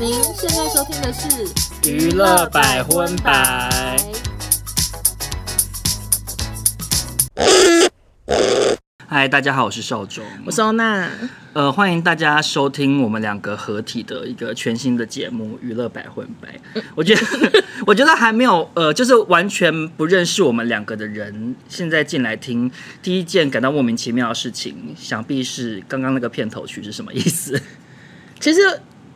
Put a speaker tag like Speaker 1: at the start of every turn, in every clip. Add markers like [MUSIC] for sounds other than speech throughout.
Speaker 1: 您现在收听的是《
Speaker 2: 娱乐百分百》。嗨，大家好，我是邵忠。
Speaker 1: 我收纳，
Speaker 2: 呃，欢迎大家收听我们两个合体的一个全新的节目《娱乐百分百》。我觉得， [LAUGHS] 我觉得还没有，呃，就是完全不认识我们两个的人，现在进来听，第一件感到莫名其妙的事情，想必是刚刚那个片头曲是什么意思？
Speaker 1: 其实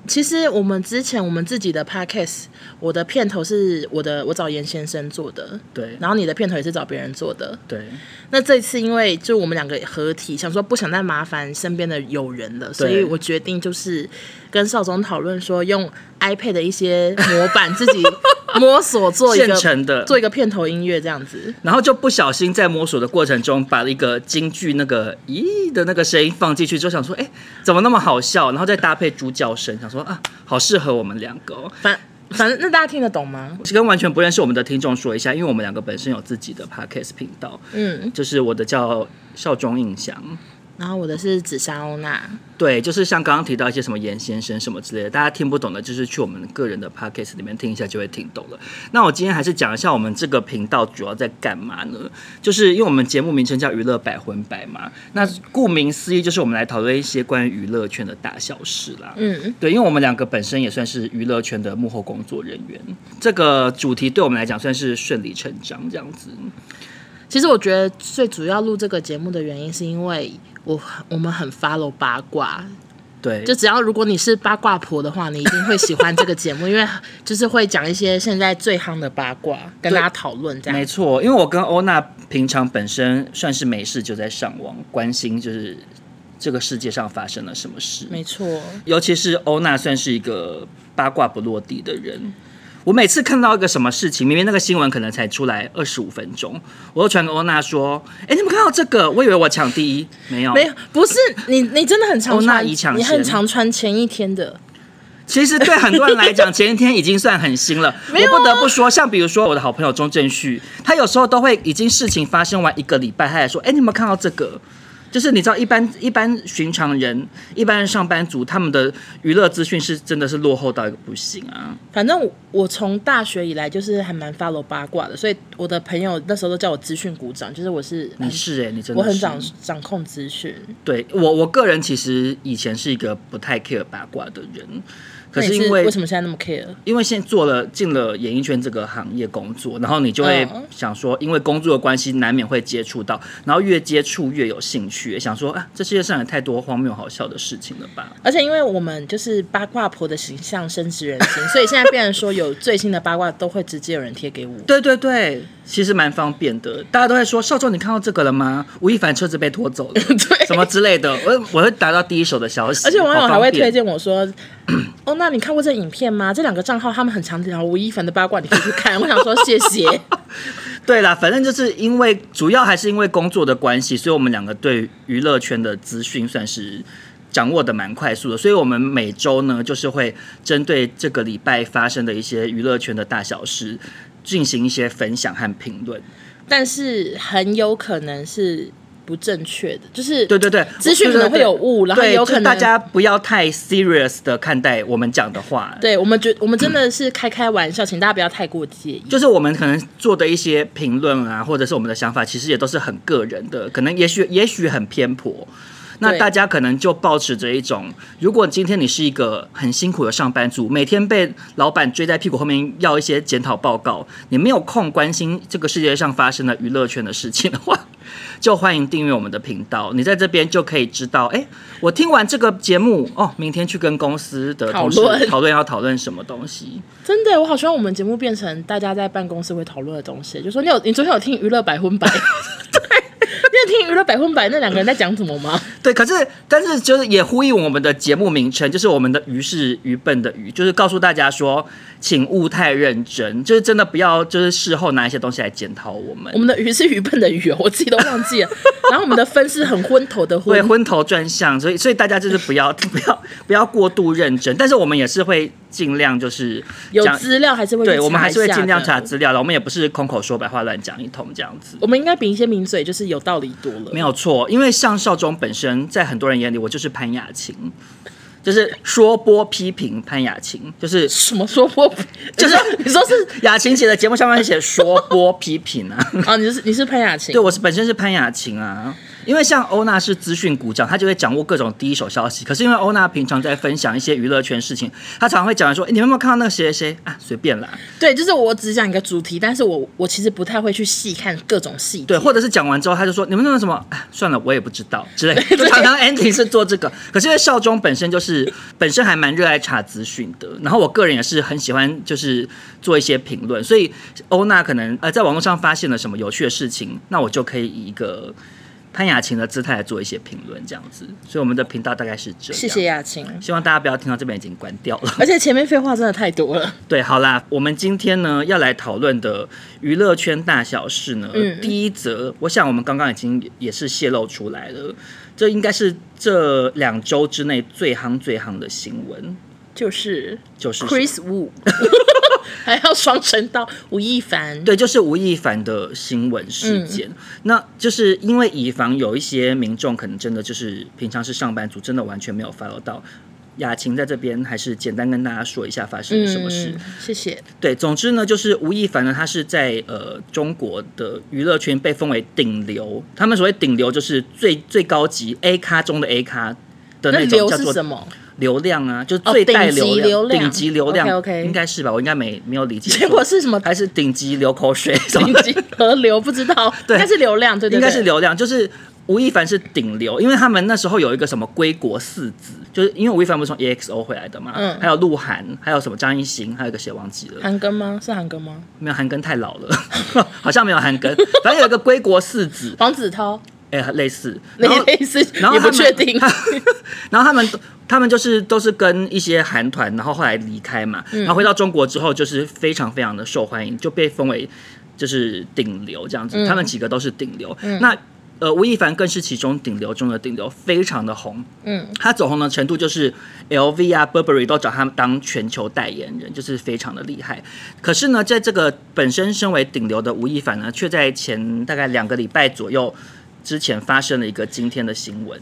Speaker 1: 其实我们之前我们自己的 podcast，我的片头是我的我找严先生做的，
Speaker 2: 对，
Speaker 1: 然后你的片头也是找别人做的。
Speaker 2: 对，
Speaker 1: 那这次因为就我们两个合体，想说不想再麻烦身边的友人了，所以我决定就是跟邵总讨论说，用 iPad 的一些模板自己摸索做一
Speaker 2: [LAUGHS] 现
Speaker 1: 个
Speaker 2: 成的。
Speaker 1: 做一个片头音乐这样子。
Speaker 2: 然后就不小心在摸索的过程中，把一个京剧那个“咦”的那个声音放进去，就想说，哎，怎么那么好笑？然后再搭配猪叫声，想说啊，好适合我们两个、哦。
Speaker 1: 反反正那大家听得懂吗？
Speaker 2: 我是跟完全不认识我们的听众说一下，因为我们两个本身有自己的 podcast 频道，
Speaker 1: 嗯，
Speaker 2: 就是我的叫笑中印象。
Speaker 1: 然后我的是紫砂欧娜，
Speaker 2: 对，就是像刚刚提到一些什么严先生什么之类的，大家听不懂的，就是去我们个人的 podcast 里面听一下就会听懂了。那我今天还是讲一下我们这个频道主要在干嘛呢？就是因为我们节目名称叫娱乐百分百嘛，那顾名思义就是我们来讨论一些关于娱乐圈的大小事啦。
Speaker 1: 嗯，
Speaker 2: 对，因为我们两个本身也算是娱乐圈的幕后工作人员，这个主题对我们来讲算是顺理成章这样子。
Speaker 1: 其实我觉得最主要录这个节目的原因，是因为我我们很 follow 八卦，
Speaker 2: 对，
Speaker 1: 就只要如果你是八卦婆的话，你一定会喜欢这个
Speaker 2: [LAUGHS]
Speaker 1: 节目，因为就是会讲一些现在最夯的八卦，跟大家讨论这
Speaker 2: 没
Speaker 1: 样。
Speaker 2: 错，因为我跟欧娜平常本身算是没事就在上网关心，就是这个世界上发生了什么事。
Speaker 1: 没错，
Speaker 2: 尤其是欧娜算是一个八卦不落地的人。我每次看到一个什么事情，明明那个新闻可能才出来二十五分钟，我又传给欧娜说：“哎，你们看到这个？我以为我抢第一，没有，
Speaker 1: 没有，不是你，你真的很常
Speaker 2: 欧娜
Speaker 1: 穿，
Speaker 2: 已抢
Speaker 1: 你很
Speaker 2: 先
Speaker 1: 常穿前一天的，
Speaker 2: 其实对很多人来讲，前一天已经算很新了。
Speaker 1: [LAUGHS] 没有啊
Speaker 2: 我不得不说，像比如说我的好朋友钟正旭，他有时候都会已经事情发生完一个礼拜，他还说：“哎，你有没有看到这个？”就是你知道，一般一般寻常人、一般上班族，他们的娱乐资讯是真的是落后到一个不行啊。
Speaker 1: 反正我我从大学以来就是还蛮 follow 八卦的，所以我的朋友那时候都叫我资讯股长，就是我是
Speaker 2: 你是哎、你真的
Speaker 1: 我很
Speaker 2: 是
Speaker 1: 掌掌控资讯。
Speaker 2: 对我我个人其实以前是一个不太 care 八卦的人，可
Speaker 1: 那
Speaker 2: 是
Speaker 1: 你
Speaker 2: 因为
Speaker 1: 为什么现在那么 care？
Speaker 2: 因为现在做了进了演艺圈这个行业工作，然后你就会
Speaker 1: 嗯
Speaker 2: 想说，因为工作的关系，难免会接触到，然后越接触越有兴趣，想说啊，这世界上也太多荒谬好笑的事情了吧？
Speaker 1: 而且因为我们就是八卦婆的形象深植人
Speaker 2: [LAUGHS]
Speaker 1: 心，所以现在变成说有最新的八卦都会直接有人贴给我。
Speaker 2: 对对对，其实蛮方便的，大家都会说少壮，你看到这个了吗？吴亦凡车子被拖走
Speaker 1: [LAUGHS]
Speaker 2: 了，
Speaker 1: 对
Speaker 2: 什么之类的，我我会达到第一手的消息，
Speaker 1: 而且网友
Speaker 2: 好
Speaker 1: 还
Speaker 2: 方
Speaker 1: 会
Speaker 2: 便
Speaker 1: 推荐我说：“ [CLEARS THROAT] 哦，那你看过这影片吗？这两个账号他们很常聊吴亦凡的八卦，你可以去看。”我想说谢
Speaker 2: [LAUGHS]
Speaker 1: 谢。
Speaker 2: 对啦，反正就是因为主要还是因为工作的关系，所以我们两个对娱乐圈的资讯算是掌握的蛮快速的。所以我们每周呢，就是会针对这个礼拜发生的一些娱乐圈的大小事，进行一些分享和评论。
Speaker 1: 但是很有可能是不正确的，就是
Speaker 2: 对对对，
Speaker 1: 资讯可能会有误然后
Speaker 2: 对
Speaker 1: 有可能
Speaker 2: 就大家不要太 serious 的看待我们讲的话。
Speaker 1: 对我们觉我们真的是开开玩笑，请大家不要太过介意。
Speaker 2: 就是我们可能做的一些评论啊，或者是我们的想法，其实也都是很个人的，可能也许也许很偏颇。那
Speaker 1: 对
Speaker 2: 大家可能就保持着一种，如果今天你是一个很辛苦的上班族，每天被老板追在屁股后面要一些检讨报告，你没有空关心这个世界上发生的娱乐圈的事情的话， [LAUGHS] 就欢迎订阅我们的频道。你在这边就可以知道，哎，我听完这个节目哦，明天去跟公司的同事
Speaker 1: 讨论
Speaker 2: 讨论要讨论什么东西。
Speaker 1: 真的，我好希望我们节目变成大家在办公室会讨论的东西。就说你有你昨天有听娱乐百分百？ [LAUGHS] 对，你有听娱乐百分百那两个人在讲什么吗？
Speaker 2: [LAUGHS] 对，可是但是就是也呼应我们的节目名称，就是我们的“愚”是愚笨的“愚”，就是告诉大家说，请勿太认真，就是真的不要就是事后拿一些东西来检讨我们
Speaker 1: 我，们的鱼是愚笨的鱼哦，我自己都忘
Speaker 2: [LAUGHS]
Speaker 1: 记了。然后我们的分是很昏头的
Speaker 2: 会
Speaker 1: 昏，
Speaker 2: 昏头转向，所以所以大家就是不要不要不要过度认真，但是我们也是会尽量就是
Speaker 1: 有
Speaker 2: 讲，
Speaker 1: 资料还是会去
Speaker 2: 对我们
Speaker 1: 查
Speaker 2: 还
Speaker 1: 一
Speaker 2: 是会
Speaker 1: 下
Speaker 2: 尽量
Speaker 1: 的
Speaker 2: 查。资料的，我们也不是空口说白话乱讲一通这样子。
Speaker 1: 我们应该比一些名嘴就是有道理多了。
Speaker 2: 没有错，因为像少中本身，在很多人眼里，我就是潘雅琴，就是说播批评潘雅晴，就是
Speaker 1: 什么说破，就是 [LAUGHS] 你说是
Speaker 2: [LAUGHS] 雅晴姐的节目上面写说播批评啊。
Speaker 1: 啊，你是你是潘雅晴
Speaker 2: [LAUGHS] 对，，我是本身是潘雅晴啊，因为像欧娜是资讯股长，她就会掌握各种第一手消息。可是因为欧娜平常在分享一些娱乐圈事情，她常常会讲说：“诶你们有没有看到那个谁谁谁啊？随便啦。
Speaker 1: 对，就是我只讲一个主题，但是我我其实不太会去细看各种细节。”
Speaker 2: 对，或者是讲完之后，她就说：“你们那个什么，啊算了，我也不知道
Speaker 1: [LAUGHS]
Speaker 2: 之类的。”就常常 ending 是做这个。可是因为少中本身就是本身还蛮热爱查资讯的，然后我个人也是很喜欢就是做一些评论，所以欧娜可能呃在网络上发现了什么有趣的事情，那我就可以以一个。潘雅琴的姿态来做一些评论，这样子，所以我们的频道大概是这样。
Speaker 1: 谢谢，雅晴。
Speaker 2: 希望大家不要听到这边已经关掉了。
Speaker 1: 而且前面废话真的太多了，
Speaker 2: 对，好啦，我们今天呢要来讨论的娱乐圈大小事呢，
Speaker 1: 嗯
Speaker 2: 第一则，我想我们刚刚已经也是泄露出来了，这应该是这两周之内最夯最夯的新闻，
Speaker 1: 就是
Speaker 2: 就是什么
Speaker 1: Chris
Speaker 2: [LAUGHS]
Speaker 1: Wu，还要双声道吴亦凡，
Speaker 2: 对，就是吴亦凡的新闻事件。
Speaker 1: 嗯
Speaker 2: 那就是因为以防有一些民众可能真的就是平常是上班族，真的完全没有 follow 到。雅琴在这边还是简单跟大家说一下发生了什么事。
Speaker 1: 嗯？谢谢。
Speaker 2: 对，总之呢，就是吴亦凡呢，他是在呃中国的娱乐圈被封为顶流。他们所谓顶流就是最最高级 A 咖中的 A 咖的
Speaker 1: 那
Speaker 2: 那种
Speaker 1: 流
Speaker 2: 叫
Speaker 1: 是
Speaker 2: 做
Speaker 1: 什么？
Speaker 2: 流量啊，就是
Speaker 1: 哦
Speaker 2: 最带
Speaker 1: 顶级
Speaker 2: 流
Speaker 1: 流量
Speaker 2: 顶级流量
Speaker 1: OK，OK
Speaker 2: 应该是吧？我应该没没有理解
Speaker 1: [LAUGHS]
Speaker 2: 错，
Speaker 1: 结果是什么？
Speaker 2: 还是顶级流口水什么
Speaker 1: [LAUGHS] 顶级河流不知道，
Speaker 2: 对
Speaker 1: 应该是流量，对对对，
Speaker 2: 应该是流量，就是吴亦凡是顶流，因为他们那时候有一个什么归国四子，就是因为吴亦凡不是从 EXO 回来的嘛，
Speaker 1: 嗯
Speaker 2: 还有鹿晗，还有什么张艺兴，还有一个谁忘记了，
Speaker 1: 韩庚吗？是韩庚吗？
Speaker 2: 没有韩庚太老了， [LAUGHS] 好像没有韩庚，反正有一个归国四子，
Speaker 1: 黄子韬，
Speaker 2: 哎、类似，
Speaker 1: 类
Speaker 2: 然后
Speaker 1: 类似，
Speaker 2: 然后
Speaker 1: 也不
Speaker 2: 他们
Speaker 1: 确定。
Speaker 2: 他 [LAUGHS] 然后他们都他们就是都是跟一些韩团，然后后来离开嘛，
Speaker 1: 嗯
Speaker 2: 然后回到中国之后，就是非常非常的受欢迎，就被封为就是顶流这样
Speaker 1: 嗯
Speaker 2: 子。他们几个都是顶流，那呃吴亦凡更是其中顶流中的顶流，非常的红。
Speaker 1: 嗯，
Speaker 2: 他走红的程度就是 LV 啊、Burberry 都找他们当全球代言人，就是非常的厉害。可是呢，在这个本身身为顶流的吴亦凡呢，却在前大概两个礼拜左右之前发生了一个惊天的新闻。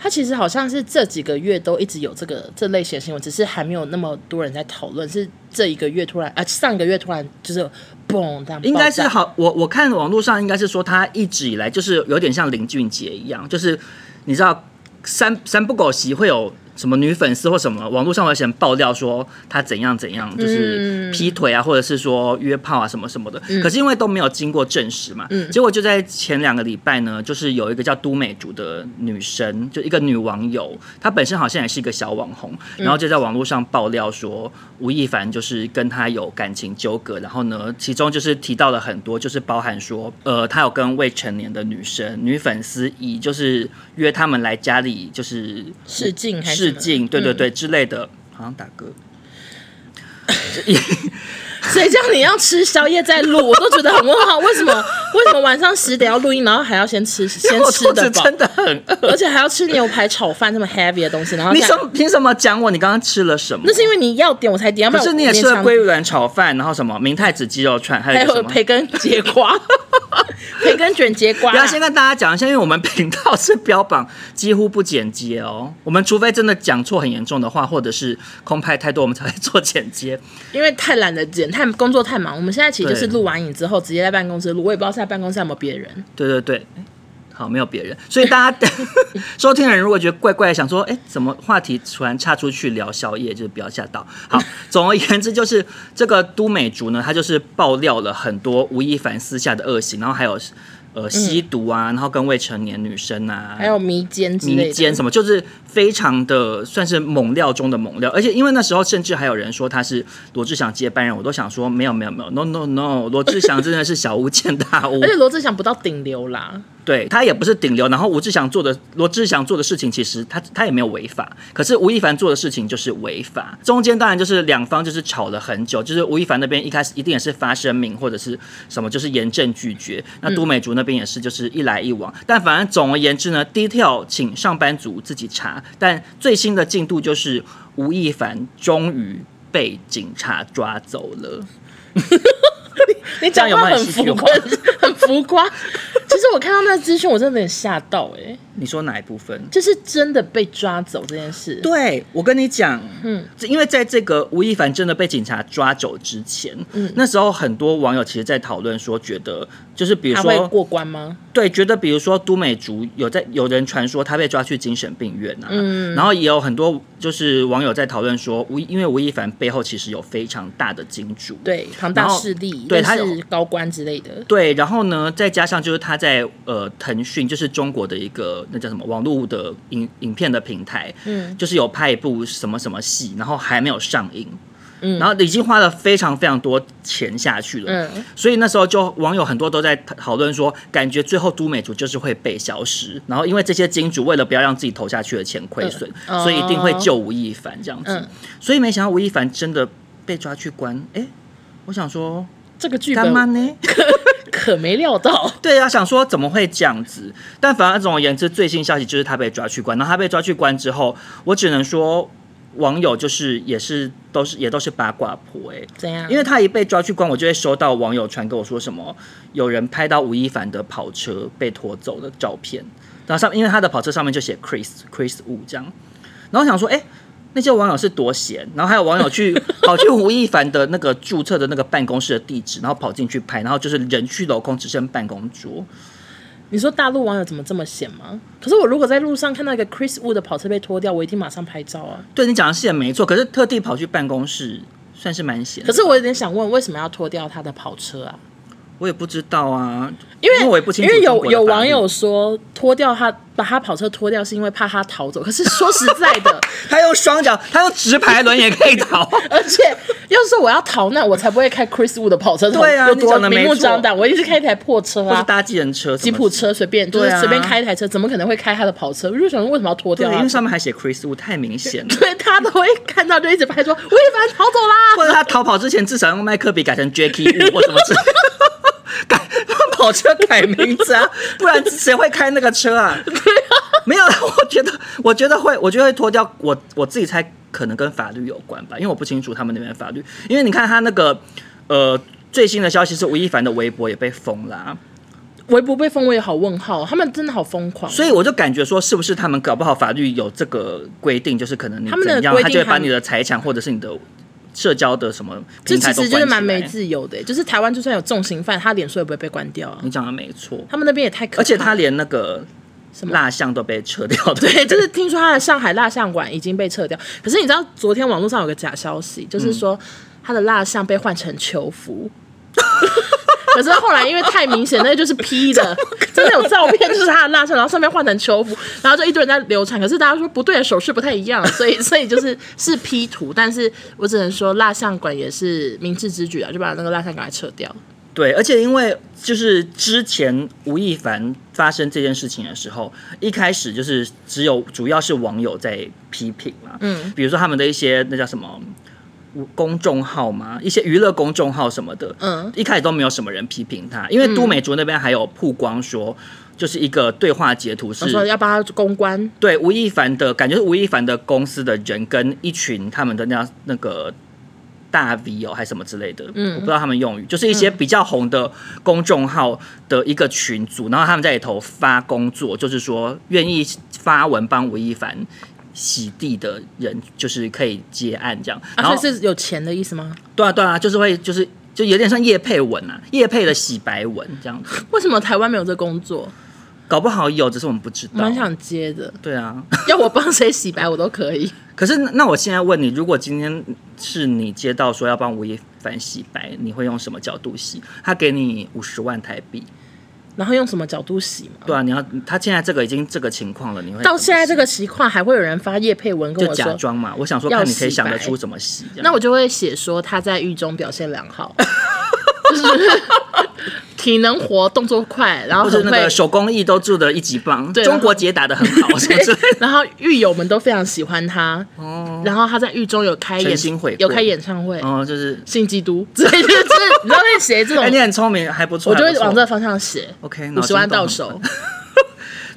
Speaker 1: 他其实好像是这几个月都一直有这个这类型的新闻，只是还没有那么多人在讨论。是这一个月突然啊，上一个月突然就是嘣这样爆炸，
Speaker 2: 应该是好，我我看网络上应该是说他一直以来就是有点像林俊杰一样，就是你知道三三不狗席会有什么女粉丝或什么，网络上有些人爆料说他怎样怎样，
Speaker 1: 嗯
Speaker 2: 就是劈腿啊，或者是说约炮啊什么什么的，可是因为都没有经过证实嘛，
Speaker 1: 嗯
Speaker 2: 结果就在前两个礼拜呢，就是有一个叫都美竹的女生，就一个女网友，她本身好像也是一个小网红，
Speaker 1: 嗯
Speaker 2: 然后就在网络上爆料说吴亦凡就是跟她有感情纠葛，然后呢，其中就是提到了很多，就是包含说，呃，他有跟未成年的女生、女粉丝以就是约他们来家里就是
Speaker 1: 试镜还是什
Speaker 2: 试
Speaker 1: 么的
Speaker 2: 镜，对对，对、之类的，好像打
Speaker 1: [LAUGHS]
Speaker 2: 嗝。 [LAUGHS] 也
Speaker 1: 谁叫你要吃宵夜再录？我都觉得很问号，为什
Speaker 2: [LAUGHS]
Speaker 1: 么为什么晚上十点要录音，然后还要先吃先
Speaker 2: 我
Speaker 1: 吃
Speaker 2: 肚
Speaker 1: 得
Speaker 2: 子
Speaker 1: 饱，
Speaker 2: 真的很饿，
Speaker 1: 而且还要吃牛排炒饭这么 heavy 的东西，然后
Speaker 2: 你
Speaker 1: 再
Speaker 2: 什么凭什么讲我？你刚刚吃了什么？
Speaker 1: 那是因为你要点我才点，要不然
Speaker 2: 可是
Speaker 1: 我
Speaker 2: 你也吃
Speaker 1: 勉
Speaker 2: 了
Speaker 1: 强
Speaker 2: 鲑鱼卵炒饭，然后什么明太子鸡肉串，还有
Speaker 1: 还
Speaker 2: 一个什
Speaker 1: 有
Speaker 2: 么？
Speaker 1: 培根节
Speaker 2: [LAUGHS]
Speaker 1: 瓜，培根卷节瓜
Speaker 2: 不
Speaker 1: 啦。
Speaker 2: 要先跟大家讲一下，因为我们频道是标榜几乎不剪接哦，我们除非真的讲错很严重的话，或者是空拍太多，我们才会做剪接。哦
Speaker 1: 因为太懒得剪，太工作太忙。我们现在其实就是
Speaker 2: 对
Speaker 1: 录完影之后直接在办公室录，我也不知道现在办公室有没有别人。
Speaker 2: 对对对，诶好，没有别人，所以
Speaker 1: [LAUGHS]
Speaker 2: 大家收听的人如果觉得怪怪，想说，哎，怎么话题突然岔出去聊宵夜，就是不要吓到。
Speaker 1: [LAUGHS]
Speaker 2: 好，总而言之，就是这个都美竹呢，她就是爆料了很多吴亦凡私下的恶行，然后还有呃吸毒啊，然后跟未成年女生啊，
Speaker 1: 嗯还有迷奸之类
Speaker 2: 迷奸
Speaker 1: 的，
Speaker 2: 什么，就是非常的算是猛料中的猛料，而且因为那时候甚至还有人说他是罗志祥接班人，我都想说没有没有没有，no no no，罗志祥真的是小巫见大巫
Speaker 1: 而，且罗志祥不到顶流啦，
Speaker 2: 对他也不是顶流，然后吴志祥做的罗志祥做的事情其实他他也没有违法，可是吴亦凡做的事情就是违法，中间当然就是两方就是吵了很久，就是吴亦凡那边一开始一定也是发声明或者是什么，就是严正拒绝，那都美竹那边也是就是一来一往，但反正总而言之呢，detail 请上班族自己查，但最新的进度就是吴亦凡终于被警察抓走了。
Speaker 1: 你讲话 [LAUGHS]
Speaker 2: 这样有没有
Speaker 1: 很
Speaker 2: 很戏
Speaker 1: 浮 [LAUGHS]
Speaker 2: 剧化
Speaker 1: 夸，很浮夸。其实是我看到那资讯，我真的有点吓到哎、
Speaker 2: 你说哪一部分？
Speaker 1: 就是真的被抓走这件事。
Speaker 2: 对，我跟你讲，
Speaker 1: 嗯
Speaker 2: 嗯，因为在这个吴亦凡真的被警察抓走之前，
Speaker 1: 嗯
Speaker 2: 嗯，那时候很多网友其实在讨论说，觉得就是比如
Speaker 1: 他会
Speaker 2: 说，
Speaker 1: 过关吗？
Speaker 2: 对，觉得比如说都美竹有在有人传说他被抓去精神病院啊，
Speaker 1: 嗯
Speaker 2: 然后也有很多就是网友在讨论说吴，因为吴亦凡背后其实有非常大的金主，
Speaker 1: 对，庞大
Speaker 2: 然后
Speaker 1: 势力，
Speaker 2: 对他
Speaker 1: 认识
Speaker 2: 有
Speaker 1: 高官之类的。
Speaker 2: 对，然后呢，再加上就是他在呃腾讯，就是中国的一个那叫什么网络的影影片的平台，
Speaker 1: 嗯
Speaker 2: 就是有拍一部什么什么戏，然后还没有上映，
Speaker 1: 嗯
Speaker 2: 然后已经花了非常非常多钱下去了，
Speaker 1: 嗯，
Speaker 2: 所以那时候就网友很多都在讨论说，感觉最后都美竹就是会被消失，然后因为这些金主为了不要让自己投下去的钱亏损，
Speaker 1: 嗯
Speaker 2: 所以一定会救吴亦凡这样子，
Speaker 1: 嗯
Speaker 2: 所以没想到吴亦凡真的被抓去关，哎，我想说
Speaker 1: 这个剧
Speaker 2: 干
Speaker 1: 本
Speaker 2: 嘛呢？
Speaker 1: [LAUGHS] 可没料到。
Speaker 2: 对啊，想说怎么会这样子？但反而总而言之，最新消息就是他被抓去关。然后他被抓去关之后，我只能说网友就是也是都是也都是八卦婆哎、
Speaker 1: 怎样？
Speaker 2: 因为他一被抓去关，我就会收到网友传给我说什么有人拍到吴亦凡的跑车被拖走的照片，然后上因为他的跑车上面就写 Chris Chris Wu 这样，然后我想说哎。诶那些网友是多闲，然后还有网友去跑去吴亦凡的那个注册的那个办公室的地址，然后跑进去拍，然后就是人去楼空，只剩办公桌。
Speaker 1: 你说大陆网友怎么这么闲吗？可是我如果在路上看到一个 Chris Wu 的跑车被拖掉，我一定马上拍照啊。
Speaker 2: 对你讲的是也没错，可是特地跑去办公室算是蛮闲的。
Speaker 1: 可是我有点想问，为什么要拖掉他的跑车啊？
Speaker 2: 我也不知道啊，
Speaker 1: 因为
Speaker 2: 因为我也不清楚
Speaker 1: 因为
Speaker 2: 中
Speaker 1: 有
Speaker 2: 国的
Speaker 1: 有
Speaker 2: 法律
Speaker 1: 网友说拖掉他把他跑车拖掉是因为怕他逃走，可 [LAUGHS] 是说实在的，
Speaker 2: 他用双脚，他用直排轮也可以
Speaker 1: [LAUGHS]
Speaker 2: 逃。
Speaker 1: 而且要是我要逃难，我才不会开 Chris Wu 的跑车，
Speaker 2: 对啊
Speaker 1: 有
Speaker 2: 你
Speaker 1: 多
Speaker 2: 讲得
Speaker 1: 明
Speaker 2: 没
Speaker 1: 目
Speaker 2: 错
Speaker 1: 张胆，我一直开一台破车
Speaker 2: 或是
Speaker 1: 啊。
Speaker 2: 搭计程车、
Speaker 1: 吉普。车随便，就是
Speaker 2: 对啊
Speaker 1: 随便开一台车，怎么可能会开他的跑车？我就想说为什么要拖
Speaker 2: 对
Speaker 1: 掉，
Speaker 2: 因
Speaker 1: 啊 [LAUGHS]
Speaker 2: 为？上面还写 Chris Wu，太明显了。 [LAUGHS]
Speaker 1: 对他都会看到，就一直拍说吴亦凡逃走啦，
Speaker 2: [LAUGHS] 或者他逃跑之前，至少用麦克笔改成 Jackie Wu 或什么之类 [LAUGHS] 的，改跑车改名字啊，不然谁会开那个车啊？没有，我觉得，我觉得会，我觉得会脱掉。我我自己猜，可能跟法律有关吧，因为我不清楚他们那边的法律。因为你看他那个呃最新的消息是吴亦凡的微博也被封啦、啊
Speaker 1: 微博被封，我也好问号，啊他们真的好疯狂。
Speaker 2: 所以我就感觉说，是不是他们搞不好法律有这个规定，就是可能你
Speaker 1: 他们的
Speaker 2: 怎样，
Speaker 1: 规
Speaker 2: 他
Speaker 1: 定
Speaker 2: 就会把
Speaker 1: 还
Speaker 2: 你的财产或者是你的社交的什么
Speaker 1: 这
Speaker 2: 平台
Speaker 1: 其
Speaker 2: 都
Speaker 1: 实就是
Speaker 2: 关起
Speaker 1: 蛮没
Speaker 2: 来
Speaker 1: 自由的、就是台湾就算有重刑犯，他脸书也不会被关掉啊。
Speaker 2: 你讲的没错，
Speaker 1: 他们那边也太可怕了，
Speaker 2: 而且他连那个
Speaker 1: 什么
Speaker 2: 蜡像都被撤掉的，
Speaker 1: 对，就是听说他的上海蜡像馆已经被撤掉。可是你知道，昨天网络上有个假消息，就是说他的蜡像被换成囚服。 [LAUGHS] 可是后来因为太明显，那个就是 P 的，真的有照片，就是他的蜡像，然后上面换成囚服，然后就一堆人在流传。可是大家说不对，手势不太一样，所以 [LAUGHS] 所以就是是 P 图，但是我只能说蜡像馆也是明智之举啊，就把那个蜡像馆撤掉。
Speaker 2: 对，而且因为就是之前吴亦凡发生这件事情的时候，一开始就是只有主要是网友在批评嘛，
Speaker 1: 嗯，
Speaker 2: 比如说他们的一些那叫什么。公众号嘛，一些娱乐公众号什么的，
Speaker 1: 嗯
Speaker 2: 一开始都没有什么人批评他，因为都美竹那边还有曝光说，就是一个对话截图
Speaker 1: 哦
Speaker 2: 是
Speaker 1: 我说要帮他公关，
Speaker 2: 对吴亦凡的感觉是吴亦凡的公司的人跟一群他们的那样那个大 V 哦，还是什么之类的，
Speaker 1: 嗯
Speaker 2: 我不知道他们用语，就是一些比较红的公众号的一个群组，然后他们在里头发工作，就是说愿意发文帮吴亦凡洗地的人，就是可以接案这样，然
Speaker 1: 啊，
Speaker 2: 后、
Speaker 1: 所以是有钱的意思吗？
Speaker 2: 对啊对啊，就是会就是就有点像叶佩文啊，叶佩的洗白文这样子，
Speaker 1: 为什么台湾没有这工作？
Speaker 2: 搞不好有，只是我们不知道
Speaker 1: 蛮。想接的。
Speaker 2: 对啊，
Speaker 1: [LAUGHS] 要我帮谁洗白我都可以。
Speaker 2: 可是那那我现在问你，如果今天是你接到说要帮吴亦凡洗白，你会用什么角度洗？他给你五十万台币，
Speaker 1: 然后用什么角度洗嘛？
Speaker 2: 对啊，你要他现在这个已经这个情况了，你会
Speaker 1: 到现在这
Speaker 2: 个
Speaker 1: 个情况，还会有人发叶佩文跟
Speaker 2: 就
Speaker 1: 我
Speaker 2: 假
Speaker 1: 说，
Speaker 2: 装嘛？我想说
Speaker 1: 要
Speaker 2: 看你可以
Speaker 1: 洗
Speaker 2: 想得
Speaker 1: 白
Speaker 2: 出怎么洗。这样
Speaker 1: 那我就会写说他在狱中表现良好， [LAUGHS] 就是 [LAUGHS] 体能活、动作快，然后
Speaker 2: 或者
Speaker 1: 很
Speaker 2: 那
Speaker 1: 会
Speaker 2: 个。手工艺都做的一级棒，
Speaker 1: 对然后
Speaker 2: 中国结打的很
Speaker 1: [LAUGHS]
Speaker 2: 好，什么之类的。
Speaker 1: 然后狱友们都非常喜欢他，
Speaker 2: 哦
Speaker 1: 然后他在狱中有开演
Speaker 2: 诚心悔过
Speaker 1: 有开演唱会，
Speaker 2: 哦，就是
Speaker 1: 信基督，所以就是 [LAUGHS] 你知道会写这种
Speaker 2: 哎，，你很聪明，还不错，
Speaker 1: 我就
Speaker 2: 还
Speaker 1: 会
Speaker 2: 不错
Speaker 1: 往这个方向写，
Speaker 2: OK
Speaker 1: 五
Speaker 2: 哎脑
Speaker 1: 十
Speaker 2: 筋
Speaker 1: 万
Speaker 2: 动
Speaker 1: 到
Speaker 2: 很
Speaker 1: 手，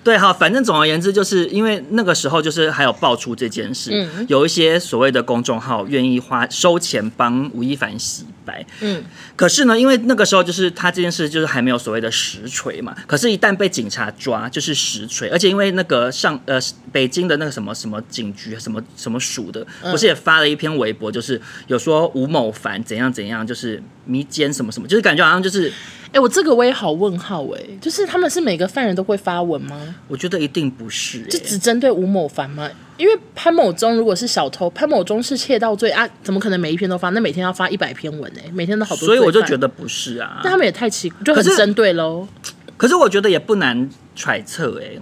Speaker 2: 对，好，反正总而言之，就是因为那个时候就是还有爆
Speaker 1: 嗯
Speaker 2: 出这件事，有一些所谓的公众号愿意花收钱帮吴亦凡洗白。
Speaker 1: 嗯，
Speaker 2: 可是呢，因为那个时候就是他这件事就是还没有所谓的实锤嘛，可是，一旦被警察抓，就是实锤，而且因为那个上呃北京的那个什么什么警局什么什么署的，
Speaker 1: 嗯
Speaker 2: 不是也发了一篇微博，就是有说吴某凡怎样怎样，就是迷奸什么什么，就是感觉好像就是
Speaker 1: 哎、我这个我也好问号哎、就是他们是每个犯人都会发文吗？
Speaker 2: 我觉得一定不是、
Speaker 1: 就
Speaker 2: 欸
Speaker 1: 只针对吴某凡吗？因为潘某忠如果是小偷，潘某忠是窃盗罪啊，怎么可能每一篇都发？那每天要发一百篇文哎、每天都好多。
Speaker 2: 所以我就觉，得不是啊
Speaker 1: 那。他们也太奇，就很
Speaker 2: 可是
Speaker 1: 针对喽。
Speaker 2: 可是我觉得也不难揣测哎、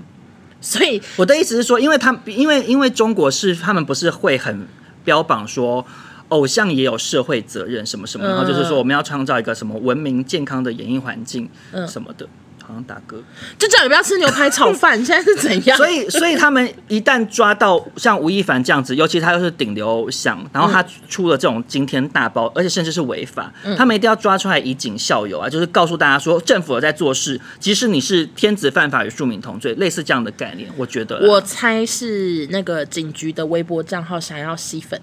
Speaker 1: 所以
Speaker 2: 我的意思是说，因为他们因为因为中国是他们不是会很标榜说。偶像也有社会责任什么什么，然后就是说我们要创造一个什么文明健康的演艺环境什么的，好像打嗝。
Speaker 1: 就叫你不要吃牛排炒饭，
Speaker 2: [LAUGHS]
Speaker 1: 现在是怎 [LAUGHS] 样？
Speaker 2: 所以所以他们一旦抓到像吴亦凡这样子，尤其他又是顶流偶像，然后他出了这种惊天大包，而且甚至是违法，他们一定要抓出来以儆效尤啊，就是告诉大家说政府有在做事，即使你是天子犯法与庶民同罪，类似这样的概念，我觉得啦啊
Speaker 1: 我猜是那个警局的微博账号想要吸
Speaker 2: [LAUGHS]
Speaker 1: 粉。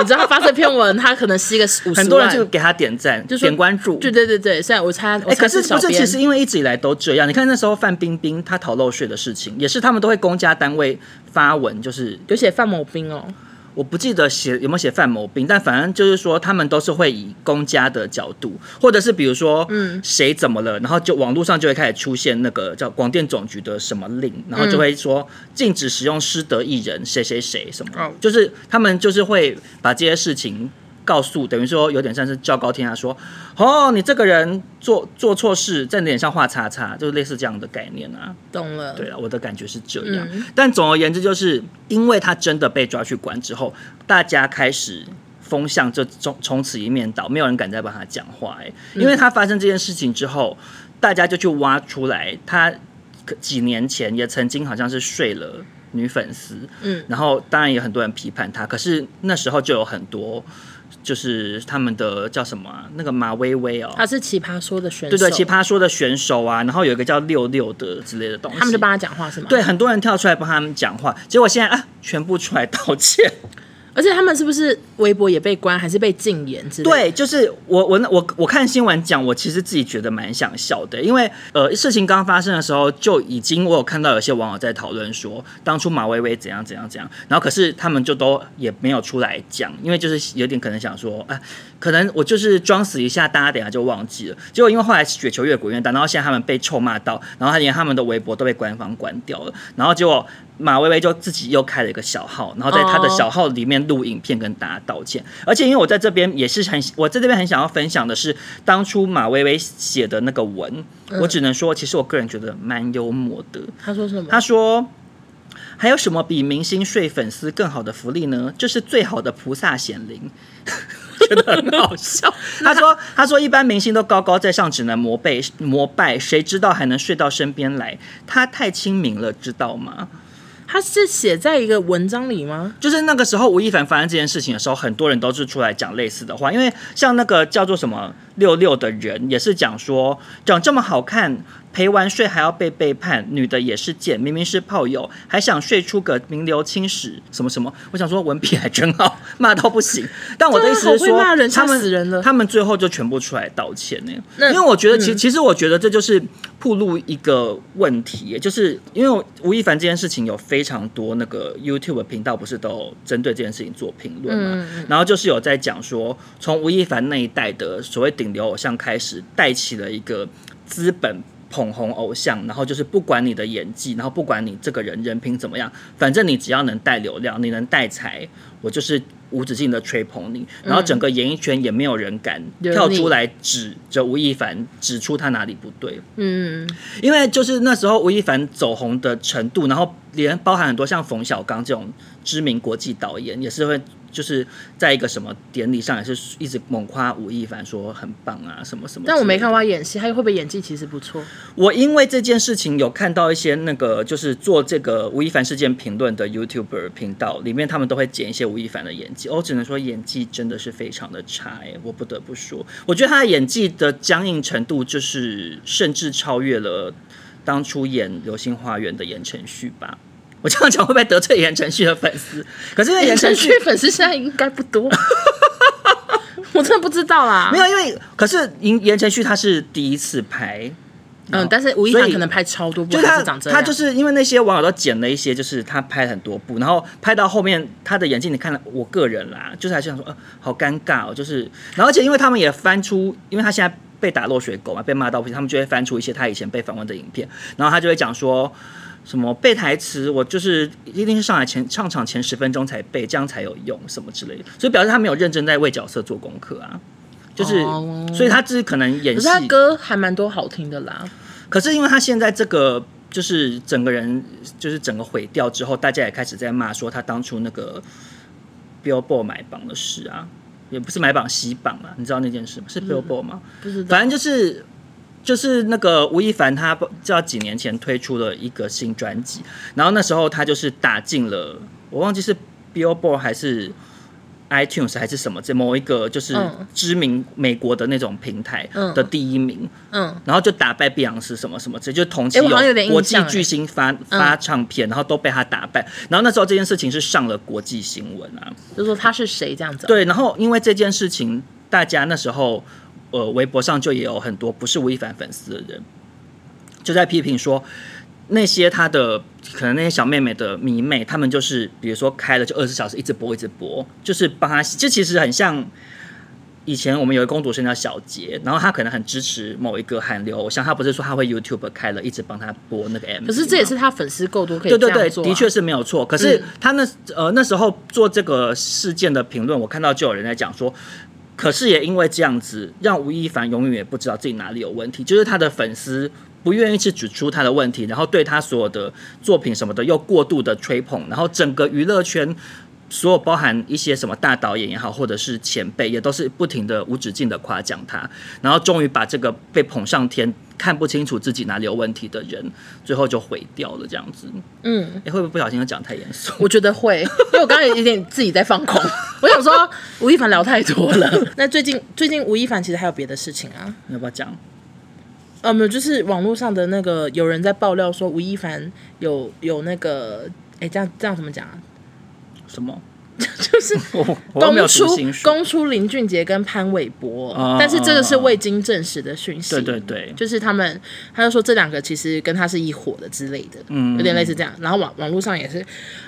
Speaker 1: 你知道他发这篇文，他可能吸个五十万，
Speaker 2: 很多人就给他点赞，
Speaker 1: 就说
Speaker 2: 点关注，
Speaker 1: 对对对对，虽然我猜，我
Speaker 2: 哎、
Speaker 1: 猜
Speaker 2: 可是
Speaker 1: 小
Speaker 2: 不是？
Speaker 1: 编
Speaker 2: 其实因为一直以来都这样。你看那时候范冰冰她逃漏税的事情，也是他们都会公家单位发文，就是
Speaker 1: 有写范某兵哦，
Speaker 2: 我不记得写有没有写范某病，但反正就是说他们都是会以公家的角度，或者是比如说，嗯，谁怎么了，然后就网络上就会开始出现那个叫广电总局的什么令，然后就会说禁止使用失德艺人谁谁谁什么，
Speaker 1: 哦
Speaker 2: 就是他们就是会把这些事情。告诉等于说有点像是昭告天下说，哦，你这个人做做错事，在你脸上画叉叉，就是类似这样的概念啊。
Speaker 1: 懂了。
Speaker 2: 对啊，我的感觉是这样。
Speaker 1: 嗯
Speaker 2: 但总而言之，就是因为他真的被抓去关之后，大家开始风向就从从此一面倒，没有人敢再帮他讲话、欸。因
Speaker 1: 嗯
Speaker 2: 为他发生这件事情之后，大家就去挖出来，他可几年前也曾经好像是睡了。女粉丝，
Speaker 1: 嗯，
Speaker 2: 然后当然也很多人批判他，可是那时候就有很多，就是他们的叫什么啊、那个马薇薇哦，
Speaker 1: 他是奇葩说的选手，
Speaker 2: 对对，奇葩说的选手啊，然后有一个叫六六的之类的东西，
Speaker 1: 他们就帮他讲话是吗？
Speaker 2: 对，，很多人跳出来帮他们讲话，结果现在啊，全部出来道歉。
Speaker 1: 而且他们是不是微博也被关，还是被禁言之类的？
Speaker 2: 对，就是我我那我我看新闻讲，我其实自己觉得蛮想笑的，因为呃，事情刚发生的时候就已经我有看到有些网友在讨论说，当初马薇薇怎样怎样怎样，然后可是他们就都也没有出来讲，因为就是有点可能想说，啊，可能我就是装死一下，大家等一下就忘记了。结果因为后来雪球越滚越大，然后现在他们被臭骂到，然后连他们的微博都被官方关掉了，然后结果。马薇薇就自己又开了一个小号，然后在她的
Speaker 1: 哦
Speaker 2: 小号里面录影片跟大家道歉。而且因为我在这边也是很，我在这边很想要分享的是，当初马薇薇写的那个文，我只能说，其实我个人觉得蛮幽默的。
Speaker 1: 他说什么？
Speaker 2: 他说。还有什么比明星睡粉丝更好的福利呢？这是最好的菩萨显灵， [LAUGHS] 觉得很好
Speaker 1: [LAUGHS]
Speaker 2: 笑。他说：“他说一般明星都高高在上，只能膜拜膜拜，谁知道还能睡到身边来？他太亲民了，知道吗？”
Speaker 1: 他是写在一个文章里吗？
Speaker 2: 就是那个时候吴亦凡发生这件事情的时候，很多人都是出来讲类似的话，因为像那个叫做什么六六的人也是讲说，长这么好看，陪完睡还要被背叛，女的也是贱，明明是炮友，还想睡出个名留青史什么什么。我想说文笔还真好，骂到不行。 [LAUGHS] 但我的意思是
Speaker 1: 对啊好
Speaker 2: 说，
Speaker 1: 会骂人吓
Speaker 2: 他
Speaker 1: 死
Speaker 2: 们
Speaker 1: 人了
Speaker 2: 他们最后就全部出来道歉呢、
Speaker 1: 那
Speaker 2: 因为我觉得其，其、实我觉得这就是铺路一个问题，就是因为吴亦凡这件事情有非常多那个 YouTube 频道不是都有针对这件事情做评论嘛，
Speaker 1: 嗯
Speaker 2: 然后就是有在讲说，从吴亦凡那一代的所谓顶流偶像开始，带起了一个资本。捧红偶像，然后就是不管你的演技，然后不管你这个人人品怎么样，反正你只要能带流量，你能带财，我就是无止境的吹捧你。然后整个演艺圈也没有人敢
Speaker 1: 嗯有
Speaker 2: 跳
Speaker 1: 你
Speaker 2: 出来指着吴亦凡，指出他哪里不对。
Speaker 1: 嗯，
Speaker 2: 因为就是那时候吴亦凡走红的程度，然后连包含很多像冯小刚这种知名国际导演，也是会就是在一个什么典礼上也是一直猛夸吴亦凡说很棒啊什么什么。
Speaker 1: 但我没看过，他演戏，他会不会演技其实不 [LAUGHS] 错？
Speaker 2: 我因为这件事情有看到一些那个就是做这个吴亦凡事件评论的 YouTuber 频道里面，他们都会剪一些吴亦凡的演技。哦我只能说演技真的是非常的差、欸，我不得不说，我觉得他的演技的僵硬程度就是甚至超越了当初演《流星花园》的言承旭吧。 [LAUGHS] 我这样讲会不会得罪言承旭的粉丝？可是因为言
Speaker 1: 言
Speaker 2: 承
Speaker 1: 承 [LAUGHS]
Speaker 2: 旭
Speaker 1: 旭粉丝现在应该不多。我真的不知道啦。
Speaker 2: 没有，因为可是言言承旭他是第一次拍，
Speaker 1: 嗯，但是吴亦
Speaker 2: 所
Speaker 1: 凡
Speaker 2: 以
Speaker 1: 可能拍超多部，
Speaker 2: 就是
Speaker 1: 还
Speaker 2: 他
Speaker 1: 是长这样，
Speaker 2: 他就是因为那些网友都剪了一些，就是他拍很多部，然后拍到后面他的演技，你看了我个人啦，就是还是想说，呃，好尴尬哦，就是，然后而且因为他们也翻出，因为他现在被打落水狗嘛，被骂到不行，他们就会翻出一些他以前被访问的影片，然后他就会讲说。什么背台词，我就是一定是上来前上场前十分钟才背，这样才有用，什么之类的，所以表示他没有认真在为角色做功课啊，就是，
Speaker 1: 哦
Speaker 2: 所以他只是可能演
Speaker 1: 可
Speaker 2: 戏。
Speaker 1: 是他歌还蛮多好听的啦。
Speaker 2: 可是因为他现在这个就是整个人就是整个毁掉之后，大家也开始在骂说他当初那个 Billboard 买榜的事啊，也不是买榜洗榜啊，你知道那件事吗？是 Billboard 吗？
Speaker 1: 嗯不知道，
Speaker 2: 反正就是。就是那个吴亦凡，他不知道几年前推出了一个新专辑，然后那时候他就是打进了，我忘记是 Billboard 还是 iTunes 还是什么，这某一个就是
Speaker 1: 嗯
Speaker 2: 知名美国的那种平台
Speaker 1: 嗯
Speaker 2: 的第一名，
Speaker 1: 嗯，
Speaker 2: 然后就打败碧昂斯什么什么之类，就同期
Speaker 1: 诶嗯我好像有点
Speaker 2: 国
Speaker 1: 印
Speaker 2: 际
Speaker 1: 象
Speaker 2: 巨星发发唱片，然后都被他打败。然后那时候这件事情是上了国际新闻啊，
Speaker 1: 就说他是谁这样子啊。
Speaker 2: 对。然后因为这件事情，大家那时候呃微博上就也有很多不是吴亦凡粉丝的人，就在批评说。那些他的可能那些小妹妹的迷妹，他们就是比如说开了就二十小时一直播一直播，就是帮他，这其实很像以前我们有一个公主生叫小杰，然后她可能很支持某一个韩流偶像，她不是说她会 YouTube 开了一直帮她播那个 M，
Speaker 1: 可是这也是他粉丝够多，可以
Speaker 2: 对对
Speaker 1: 这
Speaker 2: 对
Speaker 1: 样，做啊嗯
Speaker 2: 的确是没有错。可是他那、呃那时候做这个事件的评论，我看到就有人在讲说，可是也因为这样子，让吴亦凡永远也不知道自己哪里有问题，就是他的粉丝。不愿意去指出他的问题，然后对他所有的作品什么的又过度的吹捧，然后整个娱乐圈所有包含一些什么大导演也好，或者是前辈，也都是不停的无止境的夸奖他，然后终于把这个被捧上天、看不清楚自己哪里有问题的人，最后就毁掉了这样子。
Speaker 1: 嗯，
Speaker 2: 你会不会不小心又讲太严肃？ [LAUGHS]
Speaker 1: 我觉得会，因为我刚才有点自己在放空，我想说吴亦凡聊太多了。那最近最近吴亦凡其实还有别的事情啊，
Speaker 2: 你要不要讲？
Speaker 1: 呃，没有，就是网络上的那个有人在爆料说吴亦凡有有那个，哎，这样这样怎么讲啊？ [LAUGHS]
Speaker 2: 什么？
Speaker 1: 就是
Speaker 2: [LAUGHS] 我我没
Speaker 1: 供
Speaker 2: 有读
Speaker 1: 出
Speaker 2: 心术。
Speaker 1: 供出林俊杰跟潘玮柏，
Speaker 2: 哦
Speaker 1: 但是这个是未经证实的讯息。
Speaker 2: 对对对，
Speaker 1: 就是他们，他就说这两个其实跟他是一伙的之类的，
Speaker 2: 嗯
Speaker 1: 有点类似这样。然后网网络上也是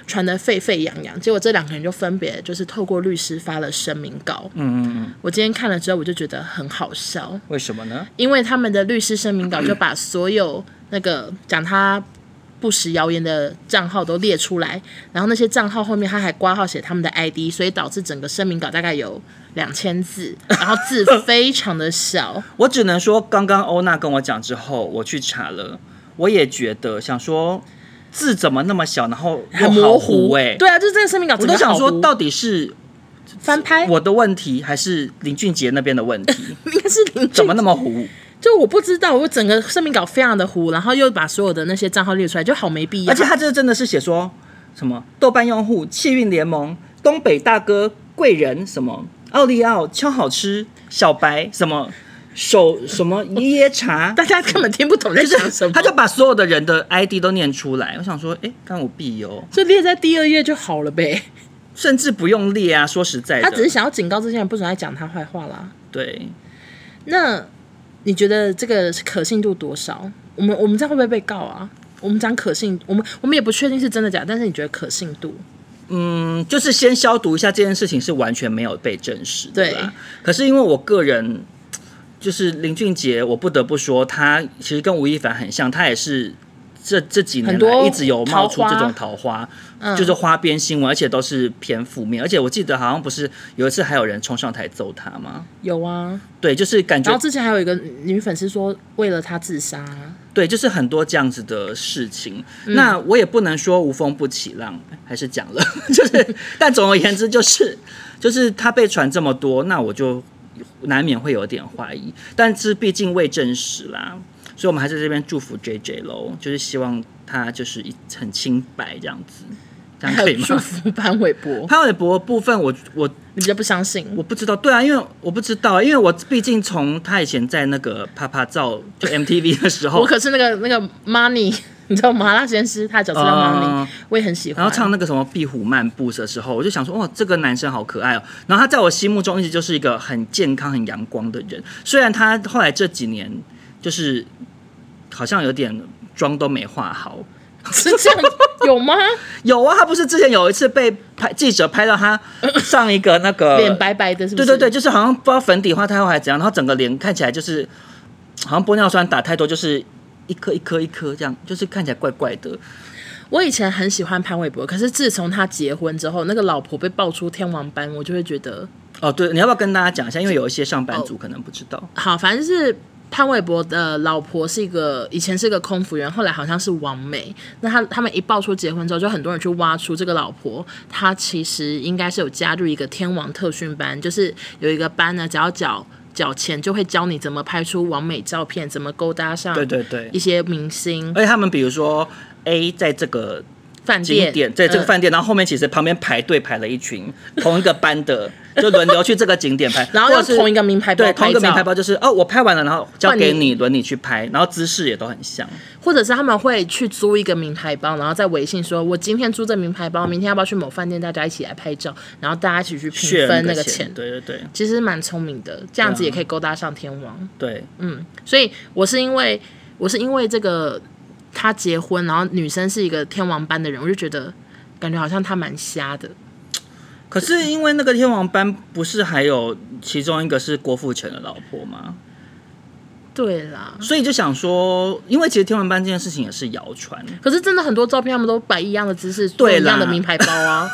Speaker 1: 传得沸沸扬扬，结果这两个人就分别就是透过律师发了声明稿。
Speaker 2: 嗯嗯嗯，
Speaker 1: 我今天看了之后，我就觉得很好笑，
Speaker 2: 为什么呢？
Speaker 1: 因为他们的律师声明稿就把所有那个讲他不实谣言的账号都列出来，然后那些账号后面他还挂号写他们的 ID，所以导致整个声明稿大概有两千字，然后字非常的小。
Speaker 2: 我只能说，刚刚欧娜跟我讲之后，我去查了，我也觉得想说字怎么那么小，然后又
Speaker 1: 很模
Speaker 2: 好糊哎、
Speaker 1: 对啊，就是这个声明稿
Speaker 2: 我
Speaker 1: 整个
Speaker 2: 都
Speaker 1: 好糊，
Speaker 2: 想说，到底是
Speaker 1: 翻拍，
Speaker 2: 我的问题，还是林俊杰那边的问 [LAUGHS] 题？
Speaker 1: 应该是林
Speaker 2: 怎
Speaker 1: 俊，
Speaker 2: 么那么糊？
Speaker 1: 就我不知道，我整个声明稿非常的糊，然后又把所有的那些账号列出来，就好没必要。
Speaker 2: 而且他这真的是写说什么豆瓣用户、气运联盟、东北大哥、贵人什么奥利奥、超好吃、小白什么手什么椰
Speaker 1: [LAUGHS]
Speaker 2: 茶
Speaker 1: 大，家根本听不懂在讲什么，
Speaker 2: 他就把所有的人的 ID 都念出来。我想说，哎，刚我必有，
Speaker 1: 就列在第二页就好了呗。
Speaker 2: 甚至不用列啊。说实在的，
Speaker 1: 他只是想要警告这些人不准再讲他坏话啦。
Speaker 2: 对，
Speaker 1: 那你觉得这个可信度多少？我们我们这样会不会被告啊？我们讲可信，我们我们也不确定是真的假的，但是你觉得可信度？
Speaker 2: 嗯，就是先消毒一下这件事情是完全没有被证实的啦
Speaker 1: 对。
Speaker 2: 可是因为我个人。就是林俊杰，我不得不说，他其实跟吴亦凡很像，他也是这这几年
Speaker 1: 很多
Speaker 2: 来一直有冒出
Speaker 1: 桃花嗯
Speaker 2: 这种桃花，就是花边新闻，而且都是偏负面。而且我记得好像不是有一次还有人冲上台揍他吗？
Speaker 1: 有啊，
Speaker 2: 对，就是感
Speaker 1: 然后
Speaker 2: 觉
Speaker 1: 之前还有一个女粉丝说为了他自杀啊、
Speaker 2: 对，就是很多这样子的事情。
Speaker 1: 嗯
Speaker 2: 那我也不能说无风不起浪，还是讲了， [LAUGHS] 就是，但总而言之，就是，就是他被传这么多，那我就难免会有点怀疑，但是毕竟未证实啦，所以我们还是在这边祝福 J J 喽，就是希望他就是一很清白这样子，这样
Speaker 1: 还
Speaker 2: 可以
Speaker 1: [LAUGHS] 有祝
Speaker 2: 吗？
Speaker 1: 福潘玮柏，
Speaker 2: [LAUGHS] 潘玮柏的部分我，我我
Speaker 1: 你比较不相信？
Speaker 2: 不知道，对啊，因为我不知道，因为我毕竟从他以前在那个啪啪照就 MTV 的时候，
Speaker 1: 我可是那个那个 money [LAUGHS] 你知道麻辣鲜师他的角色叫 Money，、
Speaker 2: 嗯
Speaker 1: 我也很喜欢。
Speaker 2: 然后唱那个什么《壁虎漫步》的时候，我就想说，哇，这个男生好可爱哦。然后他在我心目中一直就是一个很健康、很阳光的人，虽然他后来这几年就是好像有点妆都没化好。
Speaker 1: 是这样有
Speaker 2: [LAUGHS]
Speaker 1: 吗？
Speaker 2: 有啊，他不是之前有一次被拍记者拍到他上一个那个
Speaker 1: [LAUGHS] 脸白白的，是不
Speaker 2: 对
Speaker 1: 是？
Speaker 2: 呃对对，，就是好像不知道粉底画太厚还是怎样，然后整个脸看起来就是好像玻尿酸打太多，就是一颗一颗一颗这样，就是看起来怪怪的。
Speaker 1: 我以前很喜欢潘玮柏，可是自从他结婚之后，那个老婆被爆出天王斑，我就会觉得
Speaker 2: 哦，对，你要不要跟大家讲一下？因为有一些上班
Speaker 1: 哦
Speaker 2: 族可能不知道。
Speaker 1: 好，反正是潘玮柏的老婆是一个以前是个空服员，后来好像是王美。那他他们一爆出结婚之后，就很多人去挖出这个老婆，她其实应该是有加入一个天王特训班，就是有一个班呢，只要缴缴钱就会教你怎么拍出完美照片，怎么勾搭上
Speaker 2: 对对对
Speaker 1: 一，些明星
Speaker 2: 而且他们比如说 A 在这个
Speaker 1: 饭
Speaker 2: 景
Speaker 1: 店，
Speaker 2: 点，在这个
Speaker 1: 嗯
Speaker 2: 饭店，然后后面其实旁边排队排了
Speaker 1: [LAUGHS]
Speaker 2: 一群同一个班的，就轮流去这个景点拍，
Speaker 1: 然后
Speaker 2: 或
Speaker 1: 用
Speaker 2: 者是
Speaker 1: 呃同一个名牌包
Speaker 2: 对同一个
Speaker 1: 拍
Speaker 2: 名
Speaker 1: 照嗯
Speaker 2: 牌包，就是哦，我拍完了，然后交
Speaker 1: 换
Speaker 2: 给
Speaker 1: 你
Speaker 2: 你，轮你去拍，然后姿势也都很像。
Speaker 1: 或者是他们会去租一个名牌包，然后在微信说：“我今天租这名牌包，明天要不要去某饭店，大家一起来拍照，然后大家一起去平分那
Speaker 2: 啊
Speaker 1: 个钱。
Speaker 2: 对对对
Speaker 1: 其实蛮聪明的，这样子
Speaker 2: 对啊
Speaker 1: 也可以勾搭上天王。
Speaker 2: 对，
Speaker 1: 嗯，所以我是因为我是因为这个他结婚，然后女生是一个天王般的人，我就觉得感觉好像他蛮瞎的。
Speaker 2: 可是因为那个天王班不是还有其中一个是郭富城的老婆吗？
Speaker 1: 对啦，
Speaker 2: 所以就想说，因为其实天王班这件事情也是谣传，
Speaker 1: 可是真的很多照片他们都摆一样的姿势，做
Speaker 2: 对啦
Speaker 1: 一样的名牌包啊。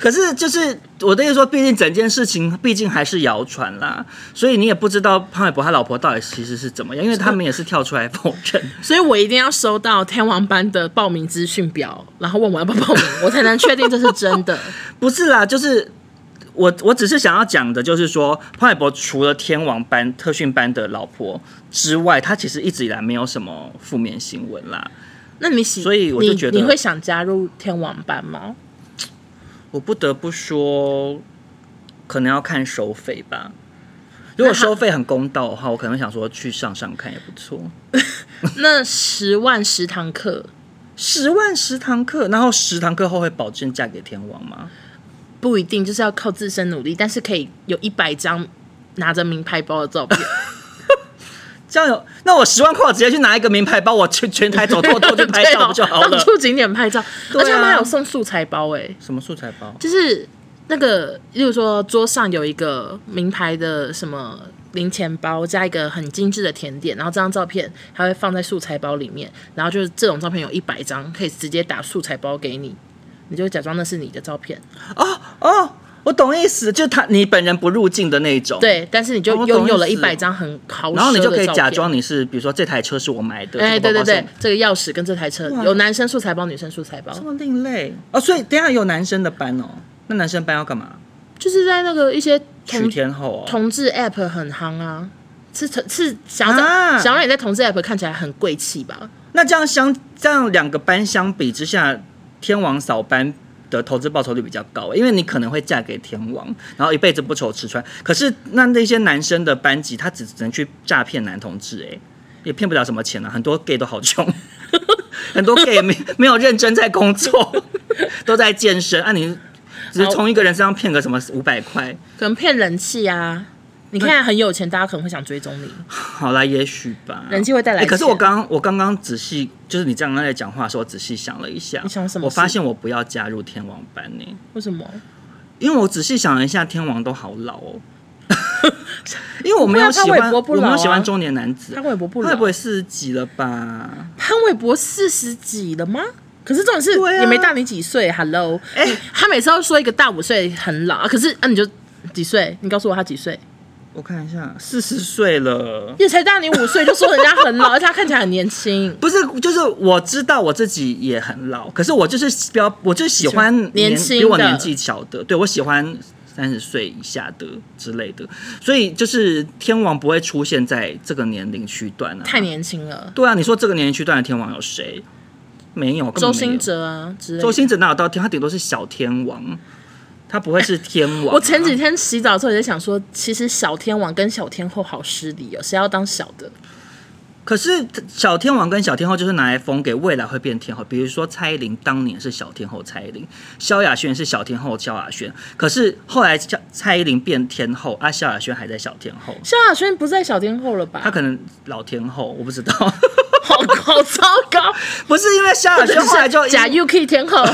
Speaker 2: 可是就是我的意思说，毕竟整件事情毕竟还是谣传啦，所以你也不知道潘玮柏他老婆到底其实是怎么样，因为他们也是跳出来否认。
Speaker 1: 所以我一定要收到天王班的报名资讯表，然后问我要不要报名，我才能确定这是真
Speaker 2: [LAUGHS]
Speaker 1: 的。
Speaker 2: 不是啦，就是我我只是想要讲的，就是说潘玮柏除了天王班特训班的老婆之外，他其实一直以来没有什么负面新闻啦。
Speaker 1: 那你喜，
Speaker 2: 所以我就
Speaker 1: 你
Speaker 2: 觉得
Speaker 1: 你会想加入天王班吗？
Speaker 2: 我不得不说，可能要看收费吧。如果收费很公道的话，我可能会想说去上上看也不错。
Speaker 1: 那十万十堂课
Speaker 2: 十万十堂课，然后十堂课后会保证嫁给天王吗？
Speaker 1: 不一定就是要靠自身努力，但是可以有一百张拿着名牌包的
Speaker 2: [LAUGHS]
Speaker 1: 照片。
Speaker 2: 这样有？那我十万块，我直接去拿一个名牌包，我去全台走透透去
Speaker 1: [LAUGHS]
Speaker 2: 拍
Speaker 1: 对
Speaker 2: 照
Speaker 1: 哦
Speaker 2: 不就好
Speaker 1: 到
Speaker 2: 了？
Speaker 1: 处景点拍照，
Speaker 2: 对啊
Speaker 1: 而且他们还有送素材包哎、
Speaker 2: 什么素材包？
Speaker 1: 就是那个，例如说桌上有一个名牌的什么零钱包，加一个很精致的甜点，然后这张照片还会放在素材包里面，然后就是这种照片有一百张，可以直接打素材包给你，你就假装那是你的照片，
Speaker 2: 哦哦，我懂意思，就他你本人不入境的那种。。
Speaker 1: 对，但是你
Speaker 2: 哦
Speaker 1: 就
Speaker 2: 我懂
Speaker 1: 拥有了
Speaker 2: 意
Speaker 1: 一
Speaker 2: 思
Speaker 1: 百张很豪奢的
Speaker 2: 然后你就可以假
Speaker 1: 照片。
Speaker 2: 装你是，比如说这台车是我买的，
Speaker 1: 哎，对
Speaker 2: 这个
Speaker 1: 对
Speaker 2: 包包是
Speaker 1: 对，这个钥匙跟这台车
Speaker 2: 哇
Speaker 1: 有男生素材包，女生素材包
Speaker 2: 我，这么另类哦。所以等一下有男生的班哦，那男生班要干嘛？
Speaker 1: 就是在那个一些
Speaker 2: 取
Speaker 1: 同
Speaker 2: 天后哦，
Speaker 1: 同志 app 很夯啊，是是想要
Speaker 2: 啊
Speaker 1: 在想让你在同志 app 看起来很贵气吧？
Speaker 2: 那这样相这样两个班相比之下，天王扫班的投资报酬率比较高，因为你可能会嫁给天王，然后一辈子不愁吃穿。可是那那些男生的班级，他只能去诈骗男同志、哎，也骗不了什么钱啊，很多 gay 都好穷。 [LAUGHS] 很多 gay 没没有认真在工作， [LAUGHS] 都在健身。啊，你只是从一个人身上骗个什么五百块？
Speaker 1: 可能骗人气啊。你看很有钱，大家可能会想追踪你。
Speaker 2: 好啦，也许吧，
Speaker 1: 人气会带来
Speaker 2: 欸可是
Speaker 1: 钱
Speaker 2: 我刚我刚刚仔细，就是你这样刚才讲话的时候，我仔细想了一下，
Speaker 1: 你想什么
Speaker 2: 我
Speaker 1: 事
Speaker 2: 发现我不要加入天王班呢、
Speaker 1: 为什么？
Speaker 2: 因为我仔细想了一下，天王都好老
Speaker 1: [LAUGHS]
Speaker 2: 哦。因为我没有
Speaker 1: 不会啊潘
Speaker 2: 喜
Speaker 1: 玮
Speaker 2: 欢，
Speaker 1: 柏不
Speaker 2: 我没
Speaker 1: 老
Speaker 2: 有
Speaker 1: 啊
Speaker 2: 喜欢中年男子啊
Speaker 1: 潘，玮柏不
Speaker 2: 他
Speaker 1: 老啊
Speaker 2: 会不，会四十几了吧？
Speaker 1: 潘玮柏四十几了吗？可是这种事
Speaker 2: 对啊
Speaker 1: 也没大你几岁，Hello，
Speaker 2: 哎
Speaker 1: 你他每次都说一个大五岁很老，啊可是啊你就几岁？你告诉我他几岁？
Speaker 2: 我看一下，四十岁了。
Speaker 1: 也才大你五岁就说人家很老，而且他看起来很年轻。
Speaker 2: 不是，就是我知道我自己也很老，可是我就是标，我就喜欢
Speaker 1: 年轻
Speaker 2: 比我
Speaker 1: 的
Speaker 2: 年纪小的，对我喜欢三十岁以下的之类的，所以就是天王不会出现在这个年龄区段啊。
Speaker 1: 太年轻了，
Speaker 2: 对啊，你说这个年龄区段的天王有谁？没有，根本
Speaker 1: 周
Speaker 2: 没有
Speaker 1: 星。哲啊之类的。
Speaker 2: 周星哲哪有到天？他顶多是小天王，他不会是天王啊、
Speaker 1: [LAUGHS] 我前几天洗澡的时候也在想说，其实小天王跟小天后好失礼哦，谁要当小的？
Speaker 2: 可是小天王跟小天后就是拿来封给未来会变天后，比如说蔡依林当年是小天后蔡依林，萧亚轩是小天后萧亚轩。可是后来蔡蔡依林变天后，啊，萧亚轩还在小天后，
Speaker 1: 萧亚轩不在小天后了吧？
Speaker 2: [LAUGHS] 她可能老天后，我不知道。 [LAUGHS]
Speaker 1: 好好糟糕，
Speaker 2: 不是因为 [LAUGHS] 萧亚轩后来
Speaker 1: [LAUGHS]
Speaker 2: 就
Speaker 1: 假 UK 天
Speaker 2: [LAUGHS]
Speaker 1: 后，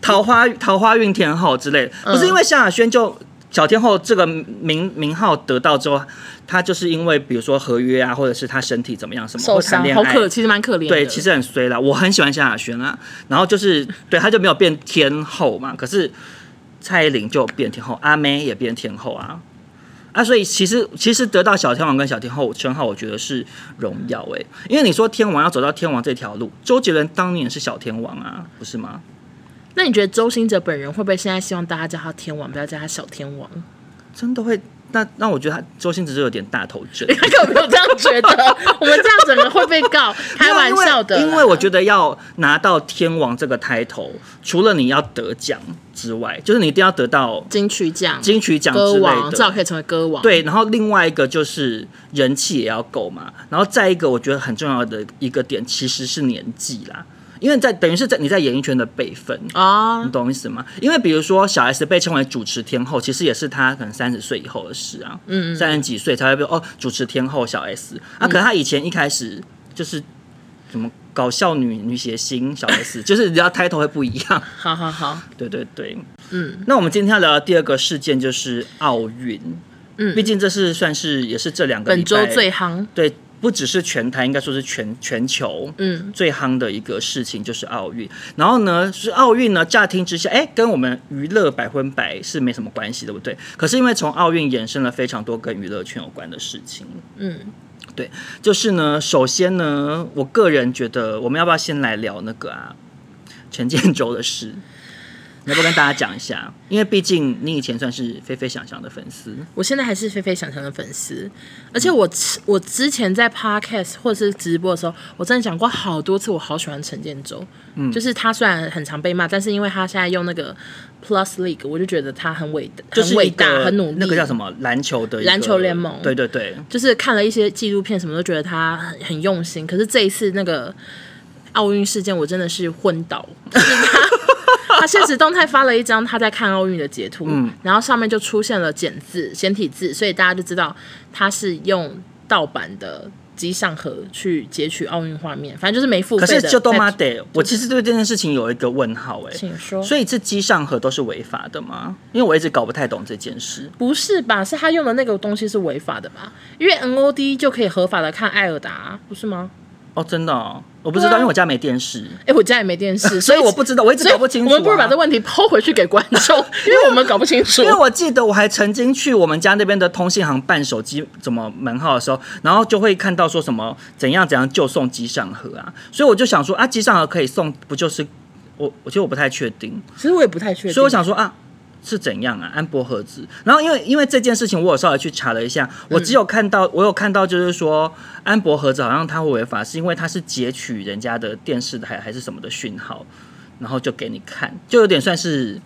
Speaker 2: 桃花桃花运天后之类的，
Speaker 1: 嗯
Speaker 2: 不是因为萧亚轩就小天后这个名名号得到之后，她就是因为比如说合约啊，或者是她身体怎么样什么，
Speaker 1: 受
Speaker 2: 或谈
Speaker 1: 伤
Speaker 2: 恋
Speaker 1: 好
Speaker 2: 爱，
Speaker 1: 可，其实蛮可怜的。
Speaker 2: 哎对，其实很衰啦。我很喜欢萧亚轩啊，然后就是对她就没有变天后嘛，可是蔡依林就变天后，阿妹也变天后啊。啊，所以其实其实得到小天王跟小天后称号，我觉得是荣耀哎、因为你说天王要走到天王这条路，周杰伦当年是小天王啊，不是吗？
Speaker 1: 那你觉得周星哲本人会不会现在希望大家叫他天王，不要叫他小天王？ [LAUGHS]
Speaker 2: 真的会，那那我觉得他周星驰就有点大头症，
Speaker 1: 他有没有这样觉
Speaker 2: [LAUGHS]
Speaker 1: 得？我们这样整个会被告， [LAUGHS] 开玩笑的啦
Speaker 2: 因为因为我觉得要拿到天王这个 title，除了你要得奖之外，就是你一定要得到
Speaker 1: 金曲奖、
Speaker 2: 金曲奖
Speaker 1: 歌
Speaker 2: 之类
Speaker 1: 王，至少
Speaker 2: 的。
Speaker 1: 可以成为歌王。，
Speaker 2: 对，然后另外一个就是人气也要够嘛，然后再一个我觉得很重要的一个点其实是年纪啦，因为在等于是在你在演艺圈的辈分，
Speaker 1: 啊、
Speaker 2: 你懂我意思吗？因为比如说小 S 被称为主持天后，其实也是她可能三十岁以后的事啊，嗯三十几岁才会被哦主持天后小
Speaker 1: 嗯
Speaker 2: S 啊，可能她以前一开始就是什么搞笑女女谐星小 S，就是你知道 title 会不一样，
Speaker 1: 好好好，
Speaker 2: 对对对，
Speaker 1: 嗯，
Speaker 2: 那我们今天要聊的第二个事件就是奥运，嗯，毕竟这是算是也是这两个礼
Speaker 1: 本
Speaker 2: 拜
Speaker 1: 周最夯，
Speaker 2: 对，不只是全台，应该说是全全球，
Speaker 1: 嗯，
Speaker 2: 最夯的一个事情就是奥运。然后呢，是奥运呢，乍听之下，哎，跟我们娱乐百分百是没什么关系，对不对？可是因为从奥运衍生了非常多跟娱乐圈有关的事情，
Speaker 1: 嗯，
Speaker 2: 对，就是呢，首先呢，我个人觉得，我们要不要先来聊那个啊，陈建州
Speaker 1: [LAUGHS]
Speaker 2: 的事？你要不要跟大家讲一下？因为毕竟你以前算是菲菲想想的粉丝，
Speaker 1: 我现在还是菲菲想想的粉丝，而且我之我之前在 podcast 或者是直播的时候，我真的讲过好多次，我好喜欢陈建州，嗯，就是他虽然很常被骂，但是因为他现在用那个 Plus League，我就觉得他很伟，
Speaker 2: 就是
Speaker 1: 很伟
Speaker 2: 一个
Speaker 1: 大，很努力，
Speaker 2: 那个叫什么篮球的一个
Speaker 1: 篮球联盟
Speaker 2: 对对对，
Speaker 1: 就是看了一些纪录片，什么都觉得他很很用心。可是这一次那个奥运事件，我真的是昏倒。就是
Speaker 2: [LAUGHS]
Speaker 1: 他他现实动态发了一张他在看奥运的截图，
Speaker 2: 嗯
Speaker 1: 然后上面就出现了简字简体字，所以大家就知道他是用盗版的机上盒去截取奥运画面，反正就是没付
Speaker 2: 可
Speaker 1: 费的。
Speaker 2: 是就都妈
Speaker 1: 在
Speaker 2: 得，我其实对这件事情有一个问号哎、
Speaker 1: 请说，
Speaker 2: 所以这机上盒都是违法的吗？因为我一直搞不太懂这件事。
Speaker 1: 不是吧？是他用的那个东西是违法的吧？因为 NOD 就可以合法的看艾尔达，不是吗？
Speaker 2: 哦，真的、哦，我不知道，
Speaker 1: 对啊
Speaker 2: 因为我家没电视，
Speaker 1: 哎、我家也没电视，
Speaker 2: [LAUGHS] 所以我不知道，我一直
Speaker 1: 所以
Speaker 2: 搞不清楚、啊。
Speaker 1: 我们不如把这问题抛回去给观
Speaker 2: [LAUGHS]
Speaker 1: 众，因为我们搞不清楚
Speaker 2: 因。为我记得我还曾经去我们家那边的通信行办手机怎么门号的时候，然后就会看到说什么怎样怎样就送机上盒啊，所以我就想说啊，机上盒可以送，不就是我？我觉得我不太确定，
Speaker 1: 其实我也不太确定，
Speaker 2: 所以我想说啊。是怎样啊？安博盒子。然后因为因为这件事情，我有稍微去查了一下，
Speaker 1: 嗯
Speaker 2: 我只有看到、我有看到就是说安博盒子好像它会违法，是因为它是截取人家的电视台还是什么的讯号，然后就给你看，就有点算是。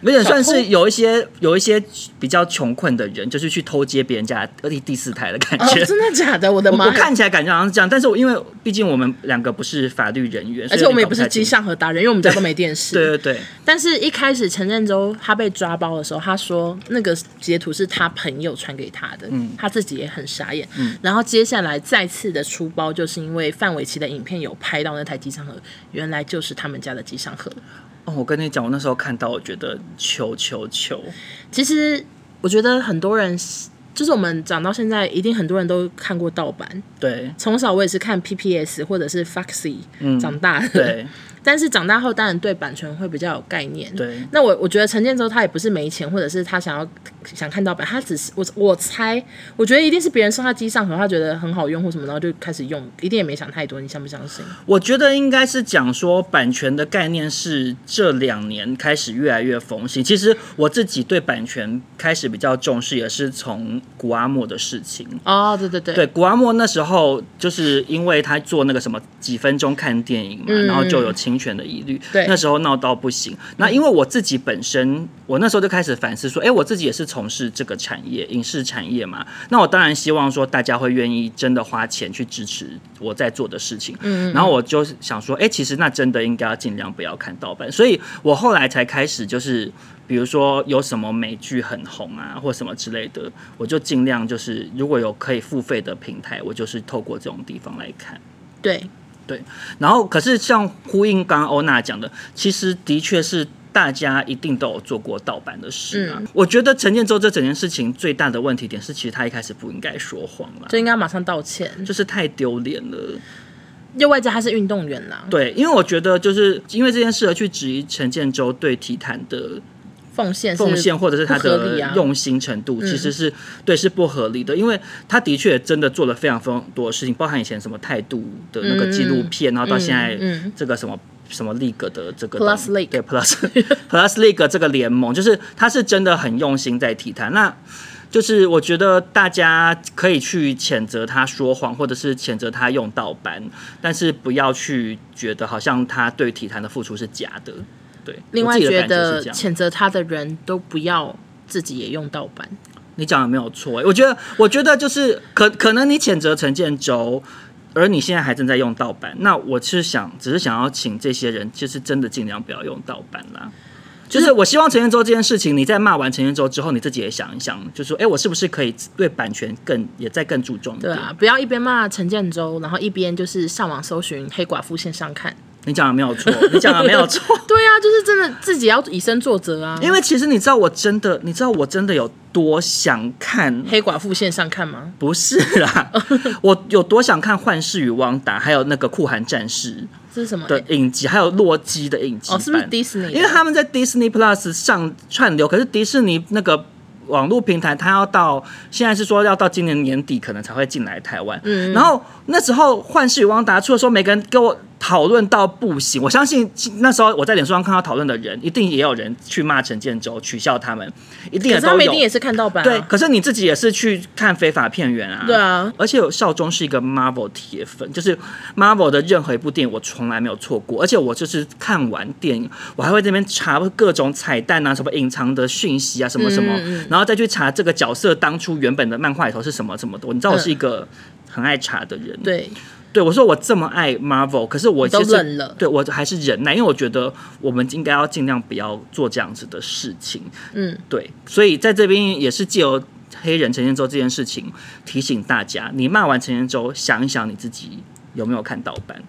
Speaker 2: 有点算
Speaker 1: 小偷
Speaker 2: 是有一些有一些比较穷困的人，就是去偷接别人家的第第四台的感
Speaker 1: 哦
Speaker 2: 觉。
Speaker 1: 真的假的？我的
Speaker 2: 我
Speaker 1: 妈
Speaker 2: 我
Speaker 1: 呀！
Speaker 2: 看起来感觉好像是这样，但是我因为毕竟我们两个不是法律人员，
Speaker 1: 而
Speaker 2: 所以
Speaker 1: 且
Speaker 2: 有
Speaker 1: 我们也
Speaker 2: 点
Speaker 1: 不
Speaker 2: 搞
Speaker 1: 是
Speaker 2: 太
Speaker 1: 机
Speaker 2: 清楚。
Speaker 1: 上盒达人，因为我们家都没电视。
Speaker 2: 对对对，
Speaker 1: 但是一开始陈振州他被抓包的时候，他说那个截图是他朋友传给他的，
Speaker 2: 嗯
Speaker 1: 他自己也很傻眼。然后接下来再次的出包，就是因为范玮琪的影片有拍到那台机上盒，原来就是他们家的机上盒。
Speaker 2: 哦，我跟你讲，我那时候看到，我觉得求求求，
Speaker 1: 其实我觉得很多人，就是我们长到现在，一定很多人都看过盗版，
Speaker 2: 对
Speaker 1: 从小我也是看 PPS 或者是 Foxy 长大的，
Speaker 2: 嗯对
Speaker 1: [LAUGHS] 但是长大后当然对版权会比较有概念。，
Speaker 2: 对，
Speaker 1: 那我我觉得陈建州他也不是没钱，或者是他想要想看盗版，他只是我我猜，我觉得一定是别人送他机上盒，他觉得很好用或什么，然后就开始用，一定也没想太多，你相不相信？
Speaker 2: 我觉得应该是讲说版权的概念是这两年开始越来越风行。其实我自己对版权开始比较重视，也是从古阿莫的事情。
Speaker 1: 哦，对对对，
Speaker 2: 对，古阿莫那时候就是因为他做那个什么几分钟看电影嘛，
Speaker 1: 嗯
Speaker 2: 然后就有侵权的疑虑，
Speaker 1: 对
Speaker 2: 那时候闹到不行。那因为我自己本身，我那时候就开始反思说，哎，我自己也是从事这个产业，影视产业嘛，那我当然希望说大家会愿意真的花钱去支持我在做的事情。
Speaker 1: 嗯
Speaker 2: 然后我就想说，哎，其实那真的应该要尽量不要看盗版，所以我后来才开始就是。比如说有什么美剧很红啊，或什么之类的，我就尽量就是如果有可以付费的平台，我就是透过这种地方来看。
Speaker 1: 对，
Speaker 2: 然后，可是像呼应刚刚欧娜讲的，其实的确是大家一定都有做过盗版的事啊。
Speaker 1: 嗯
Speaker 2: 我觉得陈建州这整件事情最大的问题点是，其实他一开始不应该说谎啦，
Speaker 1: 就应该马上道歉。
Speaker 2: 就是太丢脸了。
Speaker 1: 又外加他是运动员啦，
Speaker 2: 对，因为我觉得就是因为这件事而去质疑陈建州对体坛的
Speaker 1: 奉献是
Speaker 2: 奉献或者是他
Speaker 1: 不合
Speaker 2: 的
Speaker 1: 理啊
Speaker 2: 用心程度，其实是对是不合理的，因为他的确真的做了非常非常多的事情，包含以前什么态度的那个纪录片，然后到现在
Speaker 1: 嗯嗯
Speaker 2: 这个什么。什么 League 的这个
Speaker 1: Plus League
Speaker 2: 对 Plus [LAUGHS] Plus League 这个联盟，就是他是真的很用心在体坛。那就是我觉得大家可以去谴责他说谎，或者是谴责他用盗版，但是不要去觉得好像他对体坛的付出是假的。对，
Speaker 1: 另
Speaker 2: 我
Speaker 1: 外
Speaker 2: 自己
Speaker 1: 觉
Speaker 2: 的感觉是
Speaker 1: 得
Speaker 2: 这样
Speaker 1: 谴责他的人都不要自己也用盗版，
Speaker 2: 你讲的没有错、欸，我觉得，我觉得就是可可能你谴责陈建州，而你现在还正在用盗版，那我是想，只是想要请这些人，就是真的尽量不要用盗版啦。就是我希望陈建州这件事情，你在骂完陈建州之后，你自己也想一想，就说，哎、我是不是可以对版权更也再更注重一
Speaker 1: 对
Speaker 2: 点？
Speaker 1: 啊，不要一边骂陈建州，然后一边就是上网搜寻黑寡妇线上看。
Speaker 2: 你讲的没有错，你讲的没有错。
Speaker 1: [LAUGHS] 对啊，就是真的自己要以身作则啊。
Speaker 2: 因为其实你知道，我真的，你知道我真的有多想看
Speaker 1: 黑寡妇线上看吗？
Speaker 2: 不是
Speaker 1: [LAUGHS]
Speaker 2: 啦，我有多想看《幻视与汪达》，还有那个《酷寒战士
Speaker 1: 这是什么？》
Speaker 2: 的影集，还有《洛基》的影集版。
Speaker 1: 哦，是不是 Disney？
Speaker 2: 因为他们在 Disney Plus 上串流，可是迪士尼那个网络平台，它要到现在是说要到今年年底可能才会进来台湾。嗯，然后那时候《幻视与汪达》出的时候，每个人跟我讨论到不行。我相信那时候我在脸书上看到讨论的人，一定也有人去骂陈建州，取笑他们，一定
Speaker 1: 可
Speaker 2: 也
Speaker 1: 是
Speaker 2: 都
Speaker 1: 他
Speaker 2: 有。
Speaker 1: 们一定也是看盗版、啊。
Speaker 2: 对，可是你自己也是去看非法片源啊。
Speaker 1: 对啊，
Speaker 2: 而且有少中是一个 Marvel 铁粉，就是 Marvel 的任何一部电影我从来没有错过，而且我就是看完电影，我还会这边查各种彩蛋啊，什么隐藏的讯息啊，什么什么，然后再去查这个角色当初原本的漫画里头是什么什么的。你知道我是一个很爱查的人，
Speaker 1: 对，
Speaker 2: 对，我说我这么爱 Marvel，可是我
Speaker 1: 都
Speaker 2: 其实
Speaker 1: 忍了
Speaker 2: 对我还是忍耐，因为我觉得我们应该要尽量不要做这样子的事情。
Speaker 1: 嗯，
Speaker 2: 对，所以在这边也是借由黑人陈建州这件事情提醒大家，你骂完陈建州，想一想你自己有没有看盗版，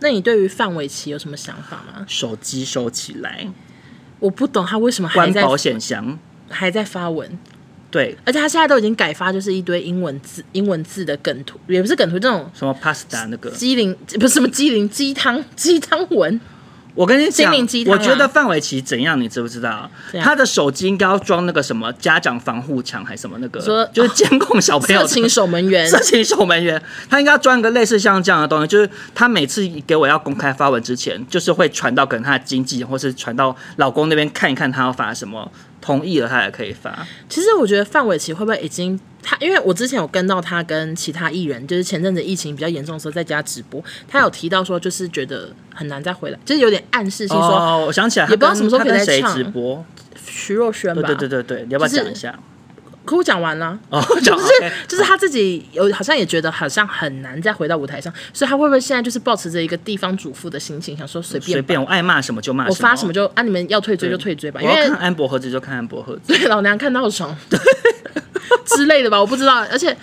Speaker 1: 那你对于范玮琪有什么想法吗？
Speaker 2: 手机收起来，
Speaker 1: 我不懂他为什么还
Speaker 2: 关
Speaker 1: 在
Speaker 2: 保险箱。
Speaker 1: 还在发文，
Speaker 2: 对，
Speaker 1: 而且他现在都已经改发，就是一堆英文字、英文字的梗图，也不是梗图，这种
Speaker 2: 什么 pasta 那个，
Speaker 1: 鸡灵不是什么鸡灵鸡汤鸡汤文，
Speaker 2: 我跟你讲
Speaker 1: 心灵鸡，汤
Speaker 2: 我
Speaker 1: 啊
Speaker 2: 觉得范玮琪怎样，你知不知道？
Speaker 1: 怎样
Speaker 2: 他的手机应该要装那个什么家长防护墙，还是什么那个，
Speaker 1: 说
Speaker 2: 就是监控小朋友
Speaker 1: 色
Speaker 2: 的
Speaker 1: 情守门 [LAUGHS] 员，
Speaker 2: 色情守门员，他应该要装个类似像这样的东西，就是他每次给我要公开发文之前，就是会传到可能他的经纪人或是传到老公那边看一看他要发什么，同意了他也可以发。
Speaker 1: 其实我觉得范玮琪会不会已经他，因为我之前有跟到他跟其他艺人，就是前阵子疫情比较严重的时候在家直播，他有提到说就是觉得很难再回来，就是有点暗示性说
Speaker 2: 哦，我想起来，
Speaker 1: 也不知道
Speaker 2: 他跟
Speaker 1: 什么时候
Speaker 2: 他
Speaker 1: 可以再
Speaker 2: 跟谁
Speaker 1: 唱
Speaker 2: 直播。
Speaker 1: 徐若瑄吧，
Speaker 2: 对对对对对，你要不
Speaker 1: [LAUGHS]
Speaker 2: 要
Speaker 1: 就是
Speaker 2: 讲一下？
Speaker 1: 可我讲完了。
Speaker 2: 哦，讲
Speaker 1: 就 [LAUGHS]
Speaker 2: 好
Speaker 1: 是
Speaker 2: OK
Speaker 1: 就是他自己有好像也觉得好像很难再回到舞台上，所以他会不会现在就是保持着一个地方主妇的心情，想说随便
Speaker 2: 随
Speaker 1: 吧
Speaker 2: 便，我爱骂什么就骂
Speaker 1: 我
Speaker 2: 么，
Speaker 1: 发什么就啊你们要退追就退追吧，因
Speaker 2: 我要
Speaker 1: 为
Speaker 2: 看安博盒子就看安博盒子。
Speaker 1: 对老娘看到爽 [LAUGHS] 之类的吧，我不知道，而且。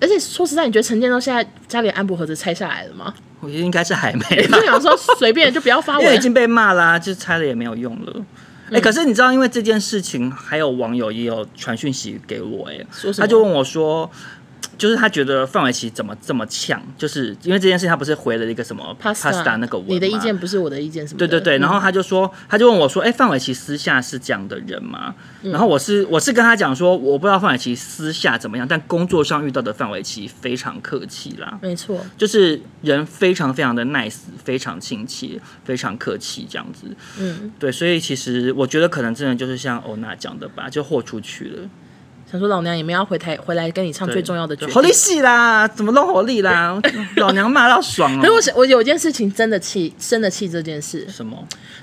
Speaker 1: 而且说实在，你觉得陈建州现在家里的安博盒子拆下来了吗？
Speaker 2: 我觉得应该是
Speaker 1: [LAUGHS]
Speaker 2: 还没
Speaker 1: 你
Speaker 2: 啦
Speaker 1: 就想说随便就不要发
Speaker 2: 哎因为已
Speaker 1: 文，
Speaker 2: 经被骂啦、就拆了也没有用了。
Speaker 1: 嗯
Speaker 2: 哎、可是你知道，因为这件事情，还有网友也有传讯息给我、哎
Speaker 1: 说，什么
Speaker 2: 他就问我说，就是他觉得范玮琪怎么这么呛，就是因为这件事，他不是回了一个什么
Speaker 1: Pasta
Speaker 2: 那个文
Speaker 1: 你的意
Speaker 2: 吗
Speaker 1: 见不嗯是我的意见什么
Speaker 2: 对
Speaker 1: 的？
Speaker 2: 对对，然后他就说，他就问我说：“哎、范玮琪私下是这样的人吗？”
Speaker 1: 嗯
Speaker 2: 然后我是我是跟他讲说，我不知道范玮琪私下怎么样，但工作上遇到的范玮琪非常客气啦。
Speaker 1: 没错，
Speaker 2: 就是人非常非常的 nice，非常亲切，非常客气这样子。嗯，对，所以其实我觉得可能真的就是像欧娜讲的吧，就豁出去了。
Speaker 1: 想说老娘也没有要回台回来跟你唱最重要的决
Speaker 2: 活力
Speaker 1: 定。
Speaker 2: 戏啦，怎么弄活力啦？ [LAUGHS] 老娘骂到爽
Speaker 1: [LAUGHS] 可是
Speaker 2: 了。
Speaker 1: 我想，我有一件事情真的气，真的气这件事，
Speaker 2: 什么？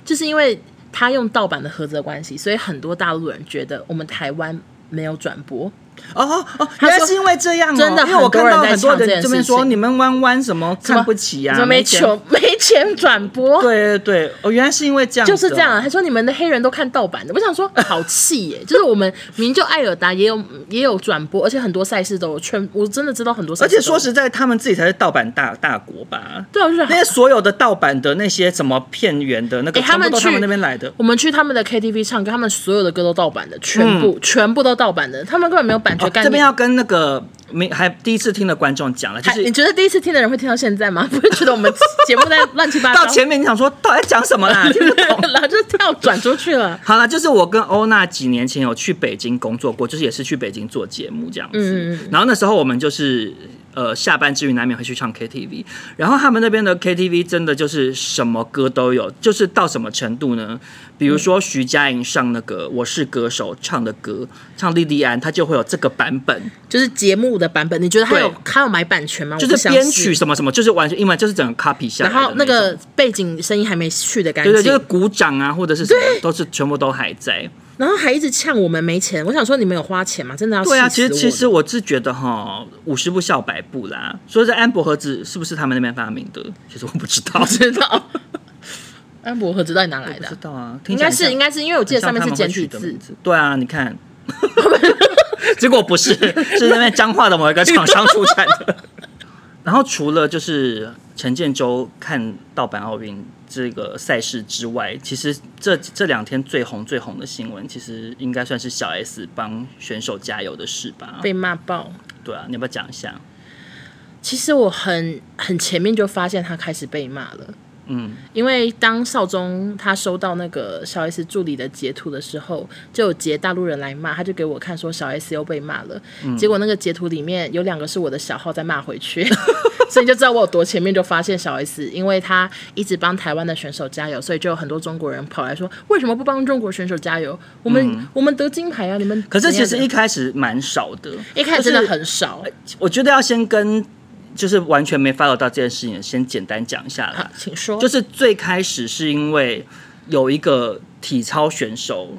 Speaker 1: 就是因为他用盗版的盒子的关系，所以很多大陆人觉得我们台湾没有转播。
Speaker 2: 哦哦哦，
Speaker 1: 他说
Speaker 2: 原来是因为这样哦，
Speaker 1: 真的
Speaker 2: 因为我看到很
Speaker 1: 很
Speaker 2: 多
Speaker 1: 多人在抢这
Speaker 2: 人
Speaker 1: 件
Speaker 2: 这边说
Speaker 1: 事情
Speaker 2: 你们弯弯什么
Speaker 1: 什么
Speaker 2: 看不起呀、
Speaker 1: 怎么没
Speaker 2: 钱
Speaker 1: 钱没钱转播？
Speaker 2: 对对对，哦，原来是因为这样，
Speaker 1: 就是这样、啊。。他说你们的黑人都看盗版的，我想说 [LAUGHS] 好气耶、就是我们明明就艾尔达也有也有转播，而且很多赛事都有全，我真的知道很多赛
Speaker 2: 而
Speaker 1: 事都有。
Speaker 2: 且说实在，他们自己才是盗版大大国吧？
Speaker 1: 对啊， [LAUGHS] 我就觉
Speaker 2: 那
Speaker 1: 得
Speaker 2: 些所有的盗版的那些什么片源的那个，
Speaker 1: 哎他
Speaker 2: 全
Speaker 1: 们
Speaker 2: 部都他们
Speaker 1: 去
Speaker 2: 那边来的。
Speaker 1: 我们去他们的 KTV 唱歌，他们所有的歌都盗版的，全部、全部都盗版的，他们根本没有版权
Speaker 2: 哦
Speaker 1: 概念。
Speaker 2: 这边要跟那个没还第一次听的观众讲了，就
Speaker 1: 还你
Speaker 2: 是
Speaker 1: 觉得第一次听的人会听到现在吗？不会觉得我们节目在乱七 [LAUGHS] 八糟？啊
Speaker 2: 到前面你想说到底在讲什
Speaker 1: [LAUGHS]
Speaker 2: 么啦？听不懂
Speaker 1: 然后就跳转出去了。
Speaker 2: 好了，就是我跟欧娜几年前有去北京工作过，就是也是去北京做节目这样子。
Speaker 1: 嗯
Speaker 2: 然后那时候我们就是呃下班之余难免会去唱 KTV，然后他们那边的 KTV 真的就是什么歌都有，就是到什么程度呢？比如说徐佳莹上那个《我是歌手》唱的歌，唱莉莉安，她就会有这个版本，
Speaker 1: 就是节目的版本，你觉得他有
Speaker 2: 对
Speaker 1: 他有买版权吗？
Speaker 2: 就
Speaker 1: 我不
Speaker 2: 是
Speaker 1: 相
Speaker 2: 编
Speaker 1: 信
Speaker 2: 曲，什么什么，就是完全因为就是整个 copy 下来
Speaker 1: 然
Speaker 2: 的
Speaker 1: 后那
Speaker 2: 种
Speaker 1: 个背景声音还没去的感觉，
Speaker 2: 对对，就是鼓掌啊或者是什么，都是全部都还在。
Speaker 1: 然后还一直呛我们没钱。我想说你们有花钱吗？真的要
Speaker 2: 对啊，
Speaker 1: 气死
Speaker 2: 其实其
Speaker 1: 我 [LAUGHS]
Speaker 2: 实我是觉得哈，五十步笑百步啦。所以这安博盒子是不是他们那边发明的？其实我不知
Speaker 1: [LAUGHS]
Speaker 2: 道，
Speaker 1: 不知道。安博盒子到底哪来
Speaker 2: 不
Speaker 1: 的
Speaker 2: 知
Speaker 1: 啊？
Speaker 2: 道啊，
Speaker 1: 应
Speaker 2: 应
Speaker 1: 该是应
Speaker 2: 该
Speaker 1: 该是因为我记得上面是简体字，。
Speaker 2: 对啊，
Speaker 1: [LAUGHS]
Speaker 2: 你看，结果不是，是那边彰化的某一个厂商出产的。 [LAUGHS] 然后除了就是陈建州看盗版奥运这个赛事之外，其实这这两天最红最红的新闻，其实应该算是小 S 帮选手加油的事吧？
Speaker 1: 被骂爆。
Speaker 2: 对啊，你要不要讲一下？
Speaker 1: 其实我很很前面就发现他开始被骂了。
Speaker 2: 嗯。
Speaker 1: 因为当少宗他收到那个小 S 助理的截图的时候，就有截大陆人来骂，他就给我看说小 S 又被骂了。结果那个截图里面有两个是我的小号在骂回去， [LAUGHS] 所以你就知道我有多前面就发现小 S，因为他一直帮台湾的选手加油，所以就有很多中国人跑来说，为什么不帮中国选手加油？我们、我们得金牌啊！你们
Speaker 2: 可是其实
Speaker 1: 怎
Speaker 2: 一
Speaker 1: 样
Speaker 2: 开始蛮少的，
Speaker 1: 一开始真的很少，
Speaker 2: 就是，我觉得要先跟就是完全没 follow 到这件事情，先简单讲一下
Speaker 1: 好
Speaker 2: 啦。
Speaker 1: 啊请说，
Speaker 2: 就是最开始是因为有一个体操选手，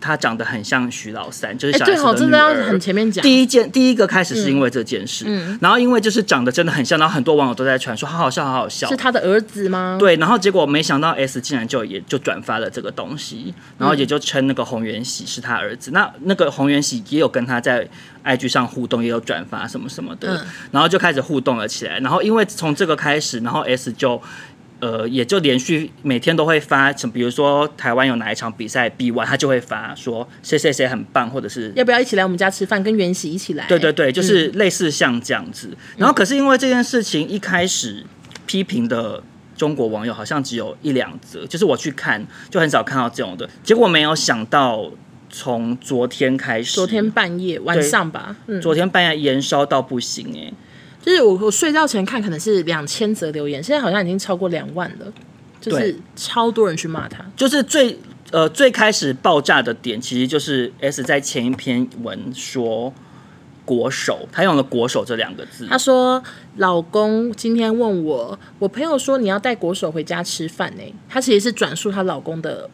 Speaker 2: 他长得很像徐老三，就是
Speaker 1: 哎
Speaker 2: 小
Speaker 1: 对
Speaker 2: S
Speaker 1: 哦，
Speaker 2: 的
Speaker 1: 真
Speaker 2: 女
Speaker 1: 的要
Speaker 2: 儿。
Speaker 1: 很前面讲，嗯
Speaker 2: 第一件第一个开始是因为这件事，然后因为就是长得真的很像，然后很多网友都在传说好好笑，好好笑
Speaker 1: 是。他的儿子吗？
Speaker 2: 对，然后结果没想到 S 竟然就也就转发了这个东西，然后也就称那个洪元喜是他儿子。那那个洪元喜也有跟他在 IG 上互动，也有转发什么什么的，
Speaker 1: 嗯
Speaker 2: 然后就开始互动了起来。然后因为从这个开始，然后 S 就。呃，也就连续每天都会发，什么比如说台湾有哪一场比赛比完，他就会发说谁谁谁很棒，或者是
Speaker 1: 要不要一起来我们家吃饭？跟袁喜一起来？嗯
Speaker 2: 对对对，就是类似像这样子。然后可是因为这件事情一开始批评的。中国网友好像只有一两则，就是我去看就很少看到这种的。结果没有想到，从昨天开始，
Speaker 1: 昨天半夜晚上吧，嗯，
Speaker 2: 昨天半夜延烧到不行哎、
Speaker 1: 就是我我睡觉前看可能是两千则留言，现在好像已经超过两万了，就是
Speaker 2: 对
Speaker 1: 超多人去骂他。
Speaker 2: 就是最呃最开始爆炸的点，其实就是 S 在前一篇文说国手，他用了“国手”这两个字，
Speaker 1: 他说：“老公今天问我，我朋友说你要带国手回家吃饭呢、他其实是转述她老公的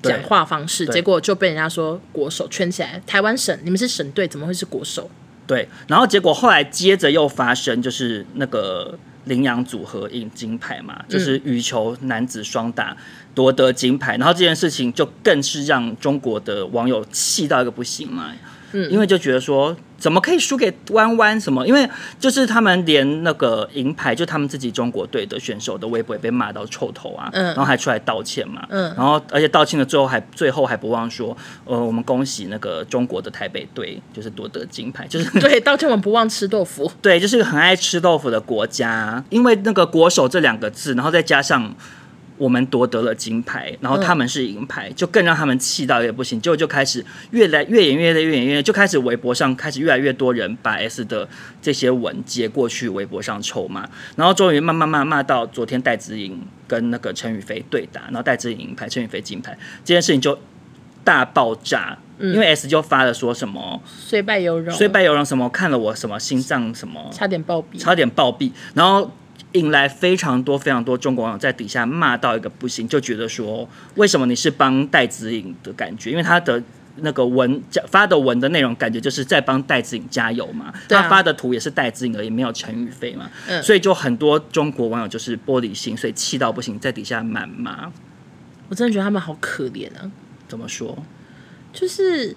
Speaker 2: 对
Speaker 1: 讲话方式，
Speaker 2: 对
Speaker 1: 结果就被人家说国手圈起来。台湾省，你们是省队，怎么会是国手？ [LAUGHS]
Speaker 2: 对，然后结果后来接着又发生，就是那个羚羊组合赢金牌嘛，
Speaker 1: 嗯
Speaker 2: 就是羽球男子双打夺得金牌，然后这件事情就更是让中国的网友气到一个不行嘛，嗯，因为就觉得说怎么可以输给弯弯什么，因为就是他们连那个银牌，就他们自己中国队的选手的微博也被骂到臭头啊，
Speaker 1: 嗯
Speaker 2: 然后还出来道歉嘛，
Speaker 1: 嗯
Speaker 2: 然后而且道歉的最后还最后还不忘说，呃，我们恭喜那个中国的台北队就是夺得金牌，
Speaker 1: [LAUGHS]
Speaker 2: 就是
Speaker 1: 对，道歉我们不忘吃豆腐。
Speaker 2: 对，就是一个很爱吃豆腐的国家，因为那个“国手”这两个字，然后再加上我们夺得了金牌，然后他们是银牌，就更让他们气到也不行，结果就开始越来越演越来越演越演，就开始微博上开始越来越多人把 S 的这些文截过去微博上臭骂，然后终于骂骂骂骂到昨天戴资颖跟那个陈宇飞对打，然后戴资颖银牌，陈宇飞金牌，这件事情就大爆炸。因为 S 就发了说嗯什么
Speaker 1: 虽败犹荣，
Speaker 2: 虽败犹荣什么看了我什么心脏什么
Speaker 1: 差点暴毙，
Speaker 2: 差点暴毙，然后引来非常多非常多中国网友在底下骂到一个不行，就觉得说为什么你是帮戴子颖的感觉？因为他的那个文加发的文的内容感觉就是在帮戴子颖加油嘛，
Speaker 1: 对啊
Speaker 2: 他发的图也是戴子颖而已，没有陈宇飞嘛，
Speaker 1: 嗯
Speaker 2: 所以就很多中国网友就是玻璃心，所以气到不行，在底下谩骂。
Speaker 1: 我真的觉得他们好可怜啊，
Speaker 2: 怎么说？
Speaker 1: 就是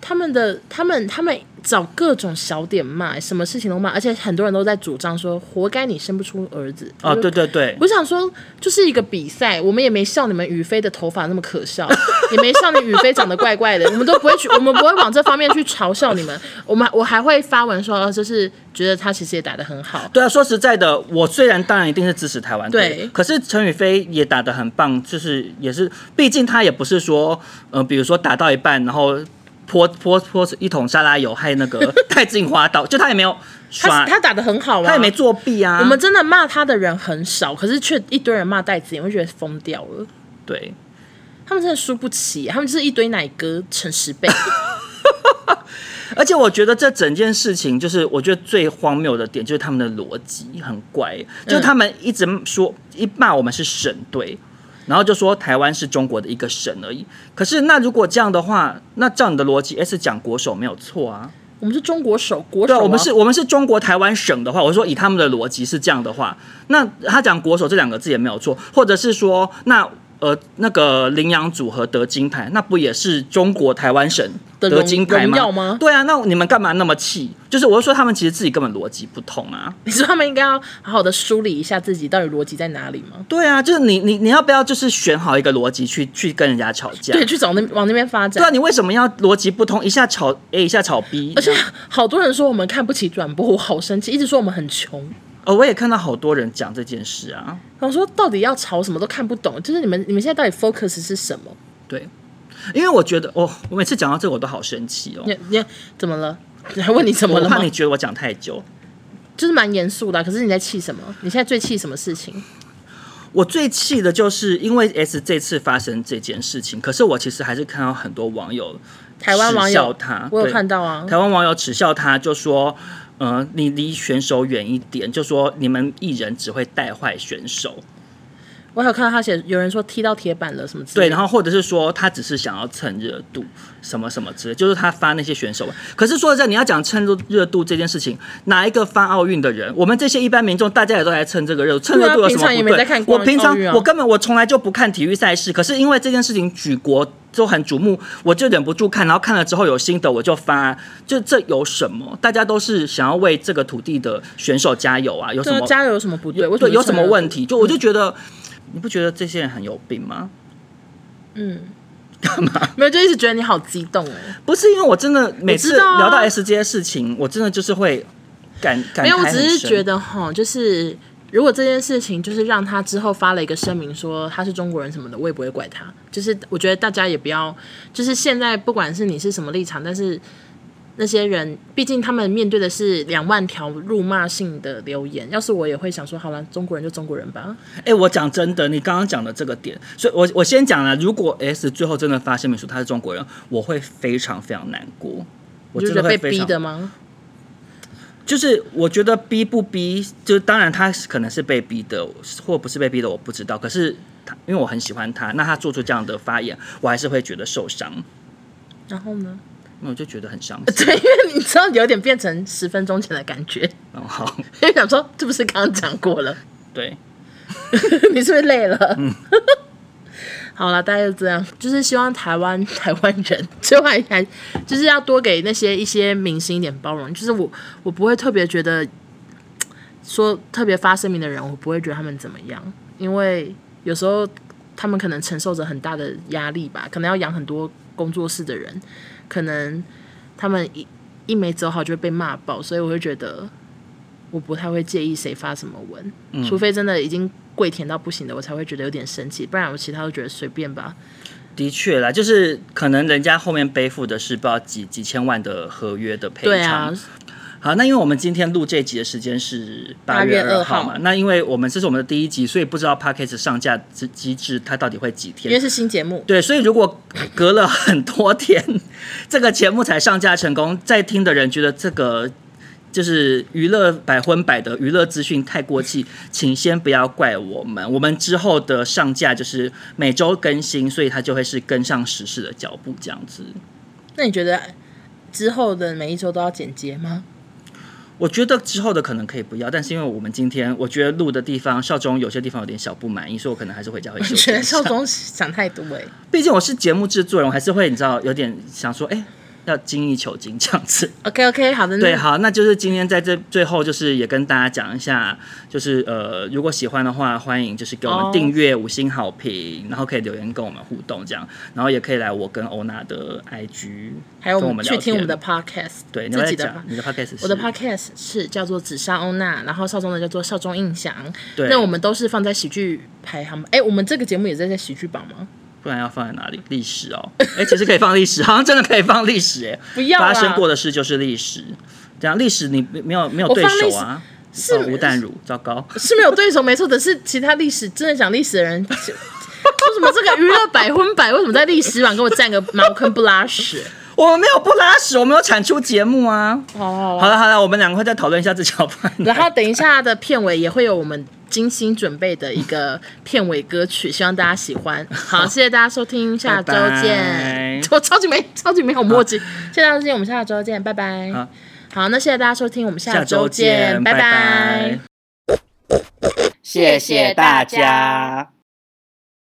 Speaker 1: 他们的他们他们找各种小点骂，什么事情都骂，而且很多人都在主张说活该你生不出儿子
Speaker 2: 哦，对。对对，
Speaker 1: 我想说，就是一个比赛，我们也没笑你们宇飞的头发那么可笑， [LAUGHS] 也没笑你宇飞长得怪怪的，我们都不会去，我们不会往这方面去嘲笑你们。我们我还会发文说，呃就是觉得他其实也打得很好，
Speaker 2: 对啊，说实在的，我虽然当然一定是支持台湾队，
Speaker 1: 对
Speaker 2: 可是陈宇飞也打得很棒，就是也是，毕竟他也不是说，呃，比如说打到一半，然后泼泼泼一桶沙拉油，害那个 [LAUGHS] 戴志颖滑倒，就他也没有
Speaker 1: 他
Speaker 2: 耍，
Speaker 1: 他打得很好啊，
Speaker 2: 他也没作弊啊。
Speaker 1: 我们真的骂他的人很少，可是却一堆人骂戴子颖，我就觉得疯掉了。
Speaker 2: 对，
Speaker 1: 他们真的输不起，他们就是一堆奶哥乘十
Speaker 2: [LAUGHS]
Speaker 1: 倍。
Speaker 2: 而且我觉得这整件事情，就是我觉得最荒谬的点，就是他们的逻辑很怪，就是他们一直说一骂我们是省队，然后就说台湾是中国的一个省而已。可是那如果这样的话，那照你的逻辑，S 讲国手没有错啊。
Speaker 1: 我们是中国手，国手、
Speaker 2: 对
Speaker 1: 啊，
Speaker 2: 啊，我们是，我们是中国台湾省的话，我说以他们的逻辑是这样的话，那他讲国手这两个字也没有错，或者是说那。呃，那个羚羊组合得金牌，那不也是中国台湾省
Speaker 1: 的
Speaker 2: 得
Speaker 1: 荣
Speaker 2: 金牌
Speaker 1: 荣
Speaker 2: 吗？
Speaker 1: 耀吗
Speaker 2: 对啊，那你们干嘛那么气？就是我就说他们其实自己根本逻辑不通啊。
Speaker 1: 你说他们应该要好好的梳理一下自己到底逻辑在哪里吗？
Speaker 2: 对啊，就是你你你要不要就是选好一个逻辑去去跟人家吵架？
Speaker 1: 对，去找那往那边发
Speaker 2: 对
Speaker 1: 展。
Speaker 2: 啊，你为什么要逻辑不通，一下吵 A 一下吵 B？
Speaker 1: 而且好多人说我们看不起转播，我好生气，一直说我们很穷。
Speaker 2: 呃，我也看到好多人讲这件事啊。
Speaker 1: 然后说到底要吵什么都看不懂，就是你们你们现在到底 focus 是什么？
Speaker 2: 对，因为我觉得哦，我每次讲到这个我都好生气哦
Speaker 1: 你。你怎么了？你还问你怎么
Speaker 2: 我
Speaker 1: 了
Speaker 2: 怕
Speaker 1: 吗
Speaker 2: 你？觉得我讲太久。
Speaker 1: 就是蛮严肃的啊、可是你在气什么？你现在最气什么事情？
Speaker 2: 我最气的就是因为 S 这次发生这件事情，可是我其实还是看到很多网友
Speaker 1: 台湾网
Speaker 2: 耻
Speaker 1: 友
Speaker 2: 笑，他，
Speaker 1: 我有
Speaker 2: 对
Speaker 1: 看到啊，
Speaker 2: 台湾网友耻笑他，就说：“呃，你离选手远一点，就说你们艺人只会带坏选手。”
Speaker 1: 我还有看到他写有人说踢到铁板了什么之类
Speaker 2: 对，
Speaker 1: 的。
Speaker 2: 然后或者是说他只是想要蹭热度，什么什么之类，就是他发那些选手吧。可是说实在，你要讲蹭热热度这件事情，哪一个发奥运的人，我们这些一般民众，大家也都来蹭这个热度，蹭
Speaker 1: 对啊
Speaker 2: 热度有什
Speaker 1: 平
Speaker 2: 么
Speaker 1: 常
Speaker 2: 不
Speaker 1: 也没
Speaker 2: 对？
Speaker 1: 在看
Speaker 2: 我
Speaker 1: 光
Speaker 2: 平常
Speaker 1: 奥运啊
Speaker 2: 我根本我从来就不看体育赛事，可是因为这件事情举国都很瞩目，我就忍不住看，然后看了之后有心得我就发，就这有什么？大家都是想要为这个土地的选手加油啊，有什
Speaker 1: 对啊，
Speaker 2: 么？
Speaker 1: 加油有什么不对？我
Speaker 2: 对，有什么问
Speaker 1: 题？
Speaker 2: 题？就我就觉得，你不觉得这些人很有病吗？
Speaker 1: 没有，就一直觉得你好激动哎。
Speaker 2: 不是因为我真的每次
Speaker 1: 我知道啊
Speaker 2: 聊到 S 这些事情，我真的就是会感感
Speaker 1: 没有，
Speaker 2: 慨
Speaker 1: 我
Speaker 2: 很
Speaker 1: 只是
Speaker 2: 深
Speaker 1: 觉得哈，就是如果这件事情就是让他之后发了一个声明说他是中国人什么的，我也不会怪他。就是我觉得大家也不要，就是现在不管是你是什么立场，但是那些人，毕竟他们面对的是两万条辱骂性的留言，要是我也会想说，好了，中国人就中国人吧。
Speaker 2: 哎、我讲真的，你刚刚讲的这个点，所以我我先讲了，如果 S 最后真的发声明说他是中国人，我会非常非常难过。我
Speaker 1: 你就觉
Speaker 2: 真的
Speaker 1: 得
Speaker 2: 会
Speaker 1: 被
Speaker 2: 非
Speaker 1: 逼
Speaker 2: 常
Speaker 1: 的吗？
Speaker 2: 就是我觉得逼不逼，就是当然他可能是被逼的，或不是被逼的，我不知道。可是他因为我很喜欢他，那他做出这样的发言，我还是会觉得受伤，
Speaker 1: 然后呢？ [LAUGHS]
Speaker 2: 那我就觉得很伤心。
Speaker 1: 对，因为你知道有点变成十分钟前的感觉， [LAUGHS]
Speaker 2: 然后哦好，
Speaker 1: 因为想说这不是刚刚讲过了。
Speaker 2: 对，
Speaker 1: [LAUGHS] 你是不是累了？好了，大概就这样，就是希望台湾 [LAUGHS] 台湾人最后还还就是要多给那些一些明星一点包容。就是我我不会特别觉得说特别发声明的人，我不会觉得他们怎么样，因为有时候他们可能承受着很大的压力吧，可能要养很多工作室的人，可能他们一一没走好就会被骂爆，所以我会觉得我不太会介意谁发什么文，
Speaker 2: 嗯
Speaker 1: 除非真的已经跪舔到不行的，我才会觉得有点生气，不然我其他都觉得随便吧。
Speaker 2: 的确啦，就是可能人家后面背负的是不知道几几千万的合约的赔偿。
Speaker 1: 对啊，
Speaker 2: 好，那因为我们今天录这集的时间是八
Speaker 1: 8月
Speaker 2: 月二
Speaker 1: 2
Speaker 2: 号
Speaker 1: 号
Speaker 2: 嘛，那因为我们这是我们的第一集，所以不知道 p a c k a g e 上架之机制它到底会几
Speaker 1: 因为
Speaker 2: 天。
Speaker 1: 是新节目，
Speaker 2: 对，所以如果隔了很多天，这个节目才上架成功，在听的人觉得这个就是娱乐百分百的娱乐资讯太过气，请先不要怪我们，我们之后的上架就是每周更新，所以它就会是跟上时事的脚步这样子。
Speaker 1: 那你觉得之后的每一周都要剪接
Speaker 2: [LAUGHS]
Speaker 1: 吗？
Speaker 2: 我觉得之后的可能可以不要，但是因为我们今天我觉得录的地方，少中有些地方有点小不满意，所以我可能还是回家会
Speaker 1: 我 [LAUGHS]
Speaker 2: 修
Speaker 1: 觉
Speaker 2: 正
Speaker 1: 得
Speaker 2: 一
Speaker 1: 少
Speaker 2: 下。
Speaker 1: 宗想太多
Speaker 2: [LAUGHS]
Speaker 1: 哎、
Speaker 2: 毕竟我是节目制作人，我还是会你知道有点想说，哎、要精益求精这样子。
Speaker 1: OK OK，好的，
Speaker 2: 对，，好，那就是今天在这最后，就是也跟大家讲一下，就是呃，如果喜欢的话，欢迎就是给我们
Speaker 1: 哦
Speaker 2: 订阅、五星好评，然后可以留言跟我们互动这样，然后也可以来我跟欧娜的 IG，
Speaker 1: 还有
Speaker 2: 跟
Speaker 1: 我们
Speaker 2: 们聊
Speaker 1: 去听我们的
Speaker 2: 天
Speaker 1: Podcast，
Speaker 2: 对，你要
Speaker 1: 自
Speaker 2: 再
Speaker 1: 己的
Speaker 2: 讲
Speaker 1: pod-
Speaker 2: 你的 podcast，
Speaker 1: 我的
Speaker 2: 是
Speaker 1: podcast 是叫做《紫砂欧娜》，然后少中的叫做《少中印象》。
Speaker 2: 对
Speaker 1: 那我们都是放在喜剧排行榜。哎，我们这个节目也在在喜剧榜吗？
Speaker 2: 不然要放在哪里？历史哦，哎、其实可以放历史，好像真的可以放历史哎、
Speaker 1: 不 [LAUGHS] 要啦啊
Speaker 2: 发生过的事就是历史。这样历史你没有没有
Speaker 1: 我
Speaker 2: 对
Speaker 1: 放
Speaker 2: 手
Speaker 1: 历史
Speaker 2: 啊？
Speaker 1: 是
Speaker 2: 哦吴淡如，
Speaker 1: [LAUGHS]
Speaker 2: 糟糕，
Speaker 1: 是没有对手，没错。可是其他历史真的讲历史的人，说什么这个娱乐百分百为什么在历史榜给我占个茅坑不拉屎？
Speaker 2: 我们没有不拉屎，我们有产出节目啊。
Speaker 1: 哦，
Speaker 2: 好了好了，我们两个会再讨论一下这条判。
Speaker 1: 然后等一下的片尾也会有我们精心准备的一个片尾歌曲，希望大家喜
Speaker 2: [LAUGHS]
Speaker 1: 欢。好，谢谢大家收听，下周
Speaker 2: 拜拜
Speaker 1: 见。我 [LAUGHS] 超级没超级没有默契，谢谢大家收听，我们下周见，拜拜
Speaker 2: 好。
Speaker 1: 好，那谢谢大家收听，我们
Speaker 2: 下
Speaker 1: 周
Speaker 2: 周见，
Speaker 1: 拜
Speaker 2: 拜拜。
Speaker 1: 谢谢大家。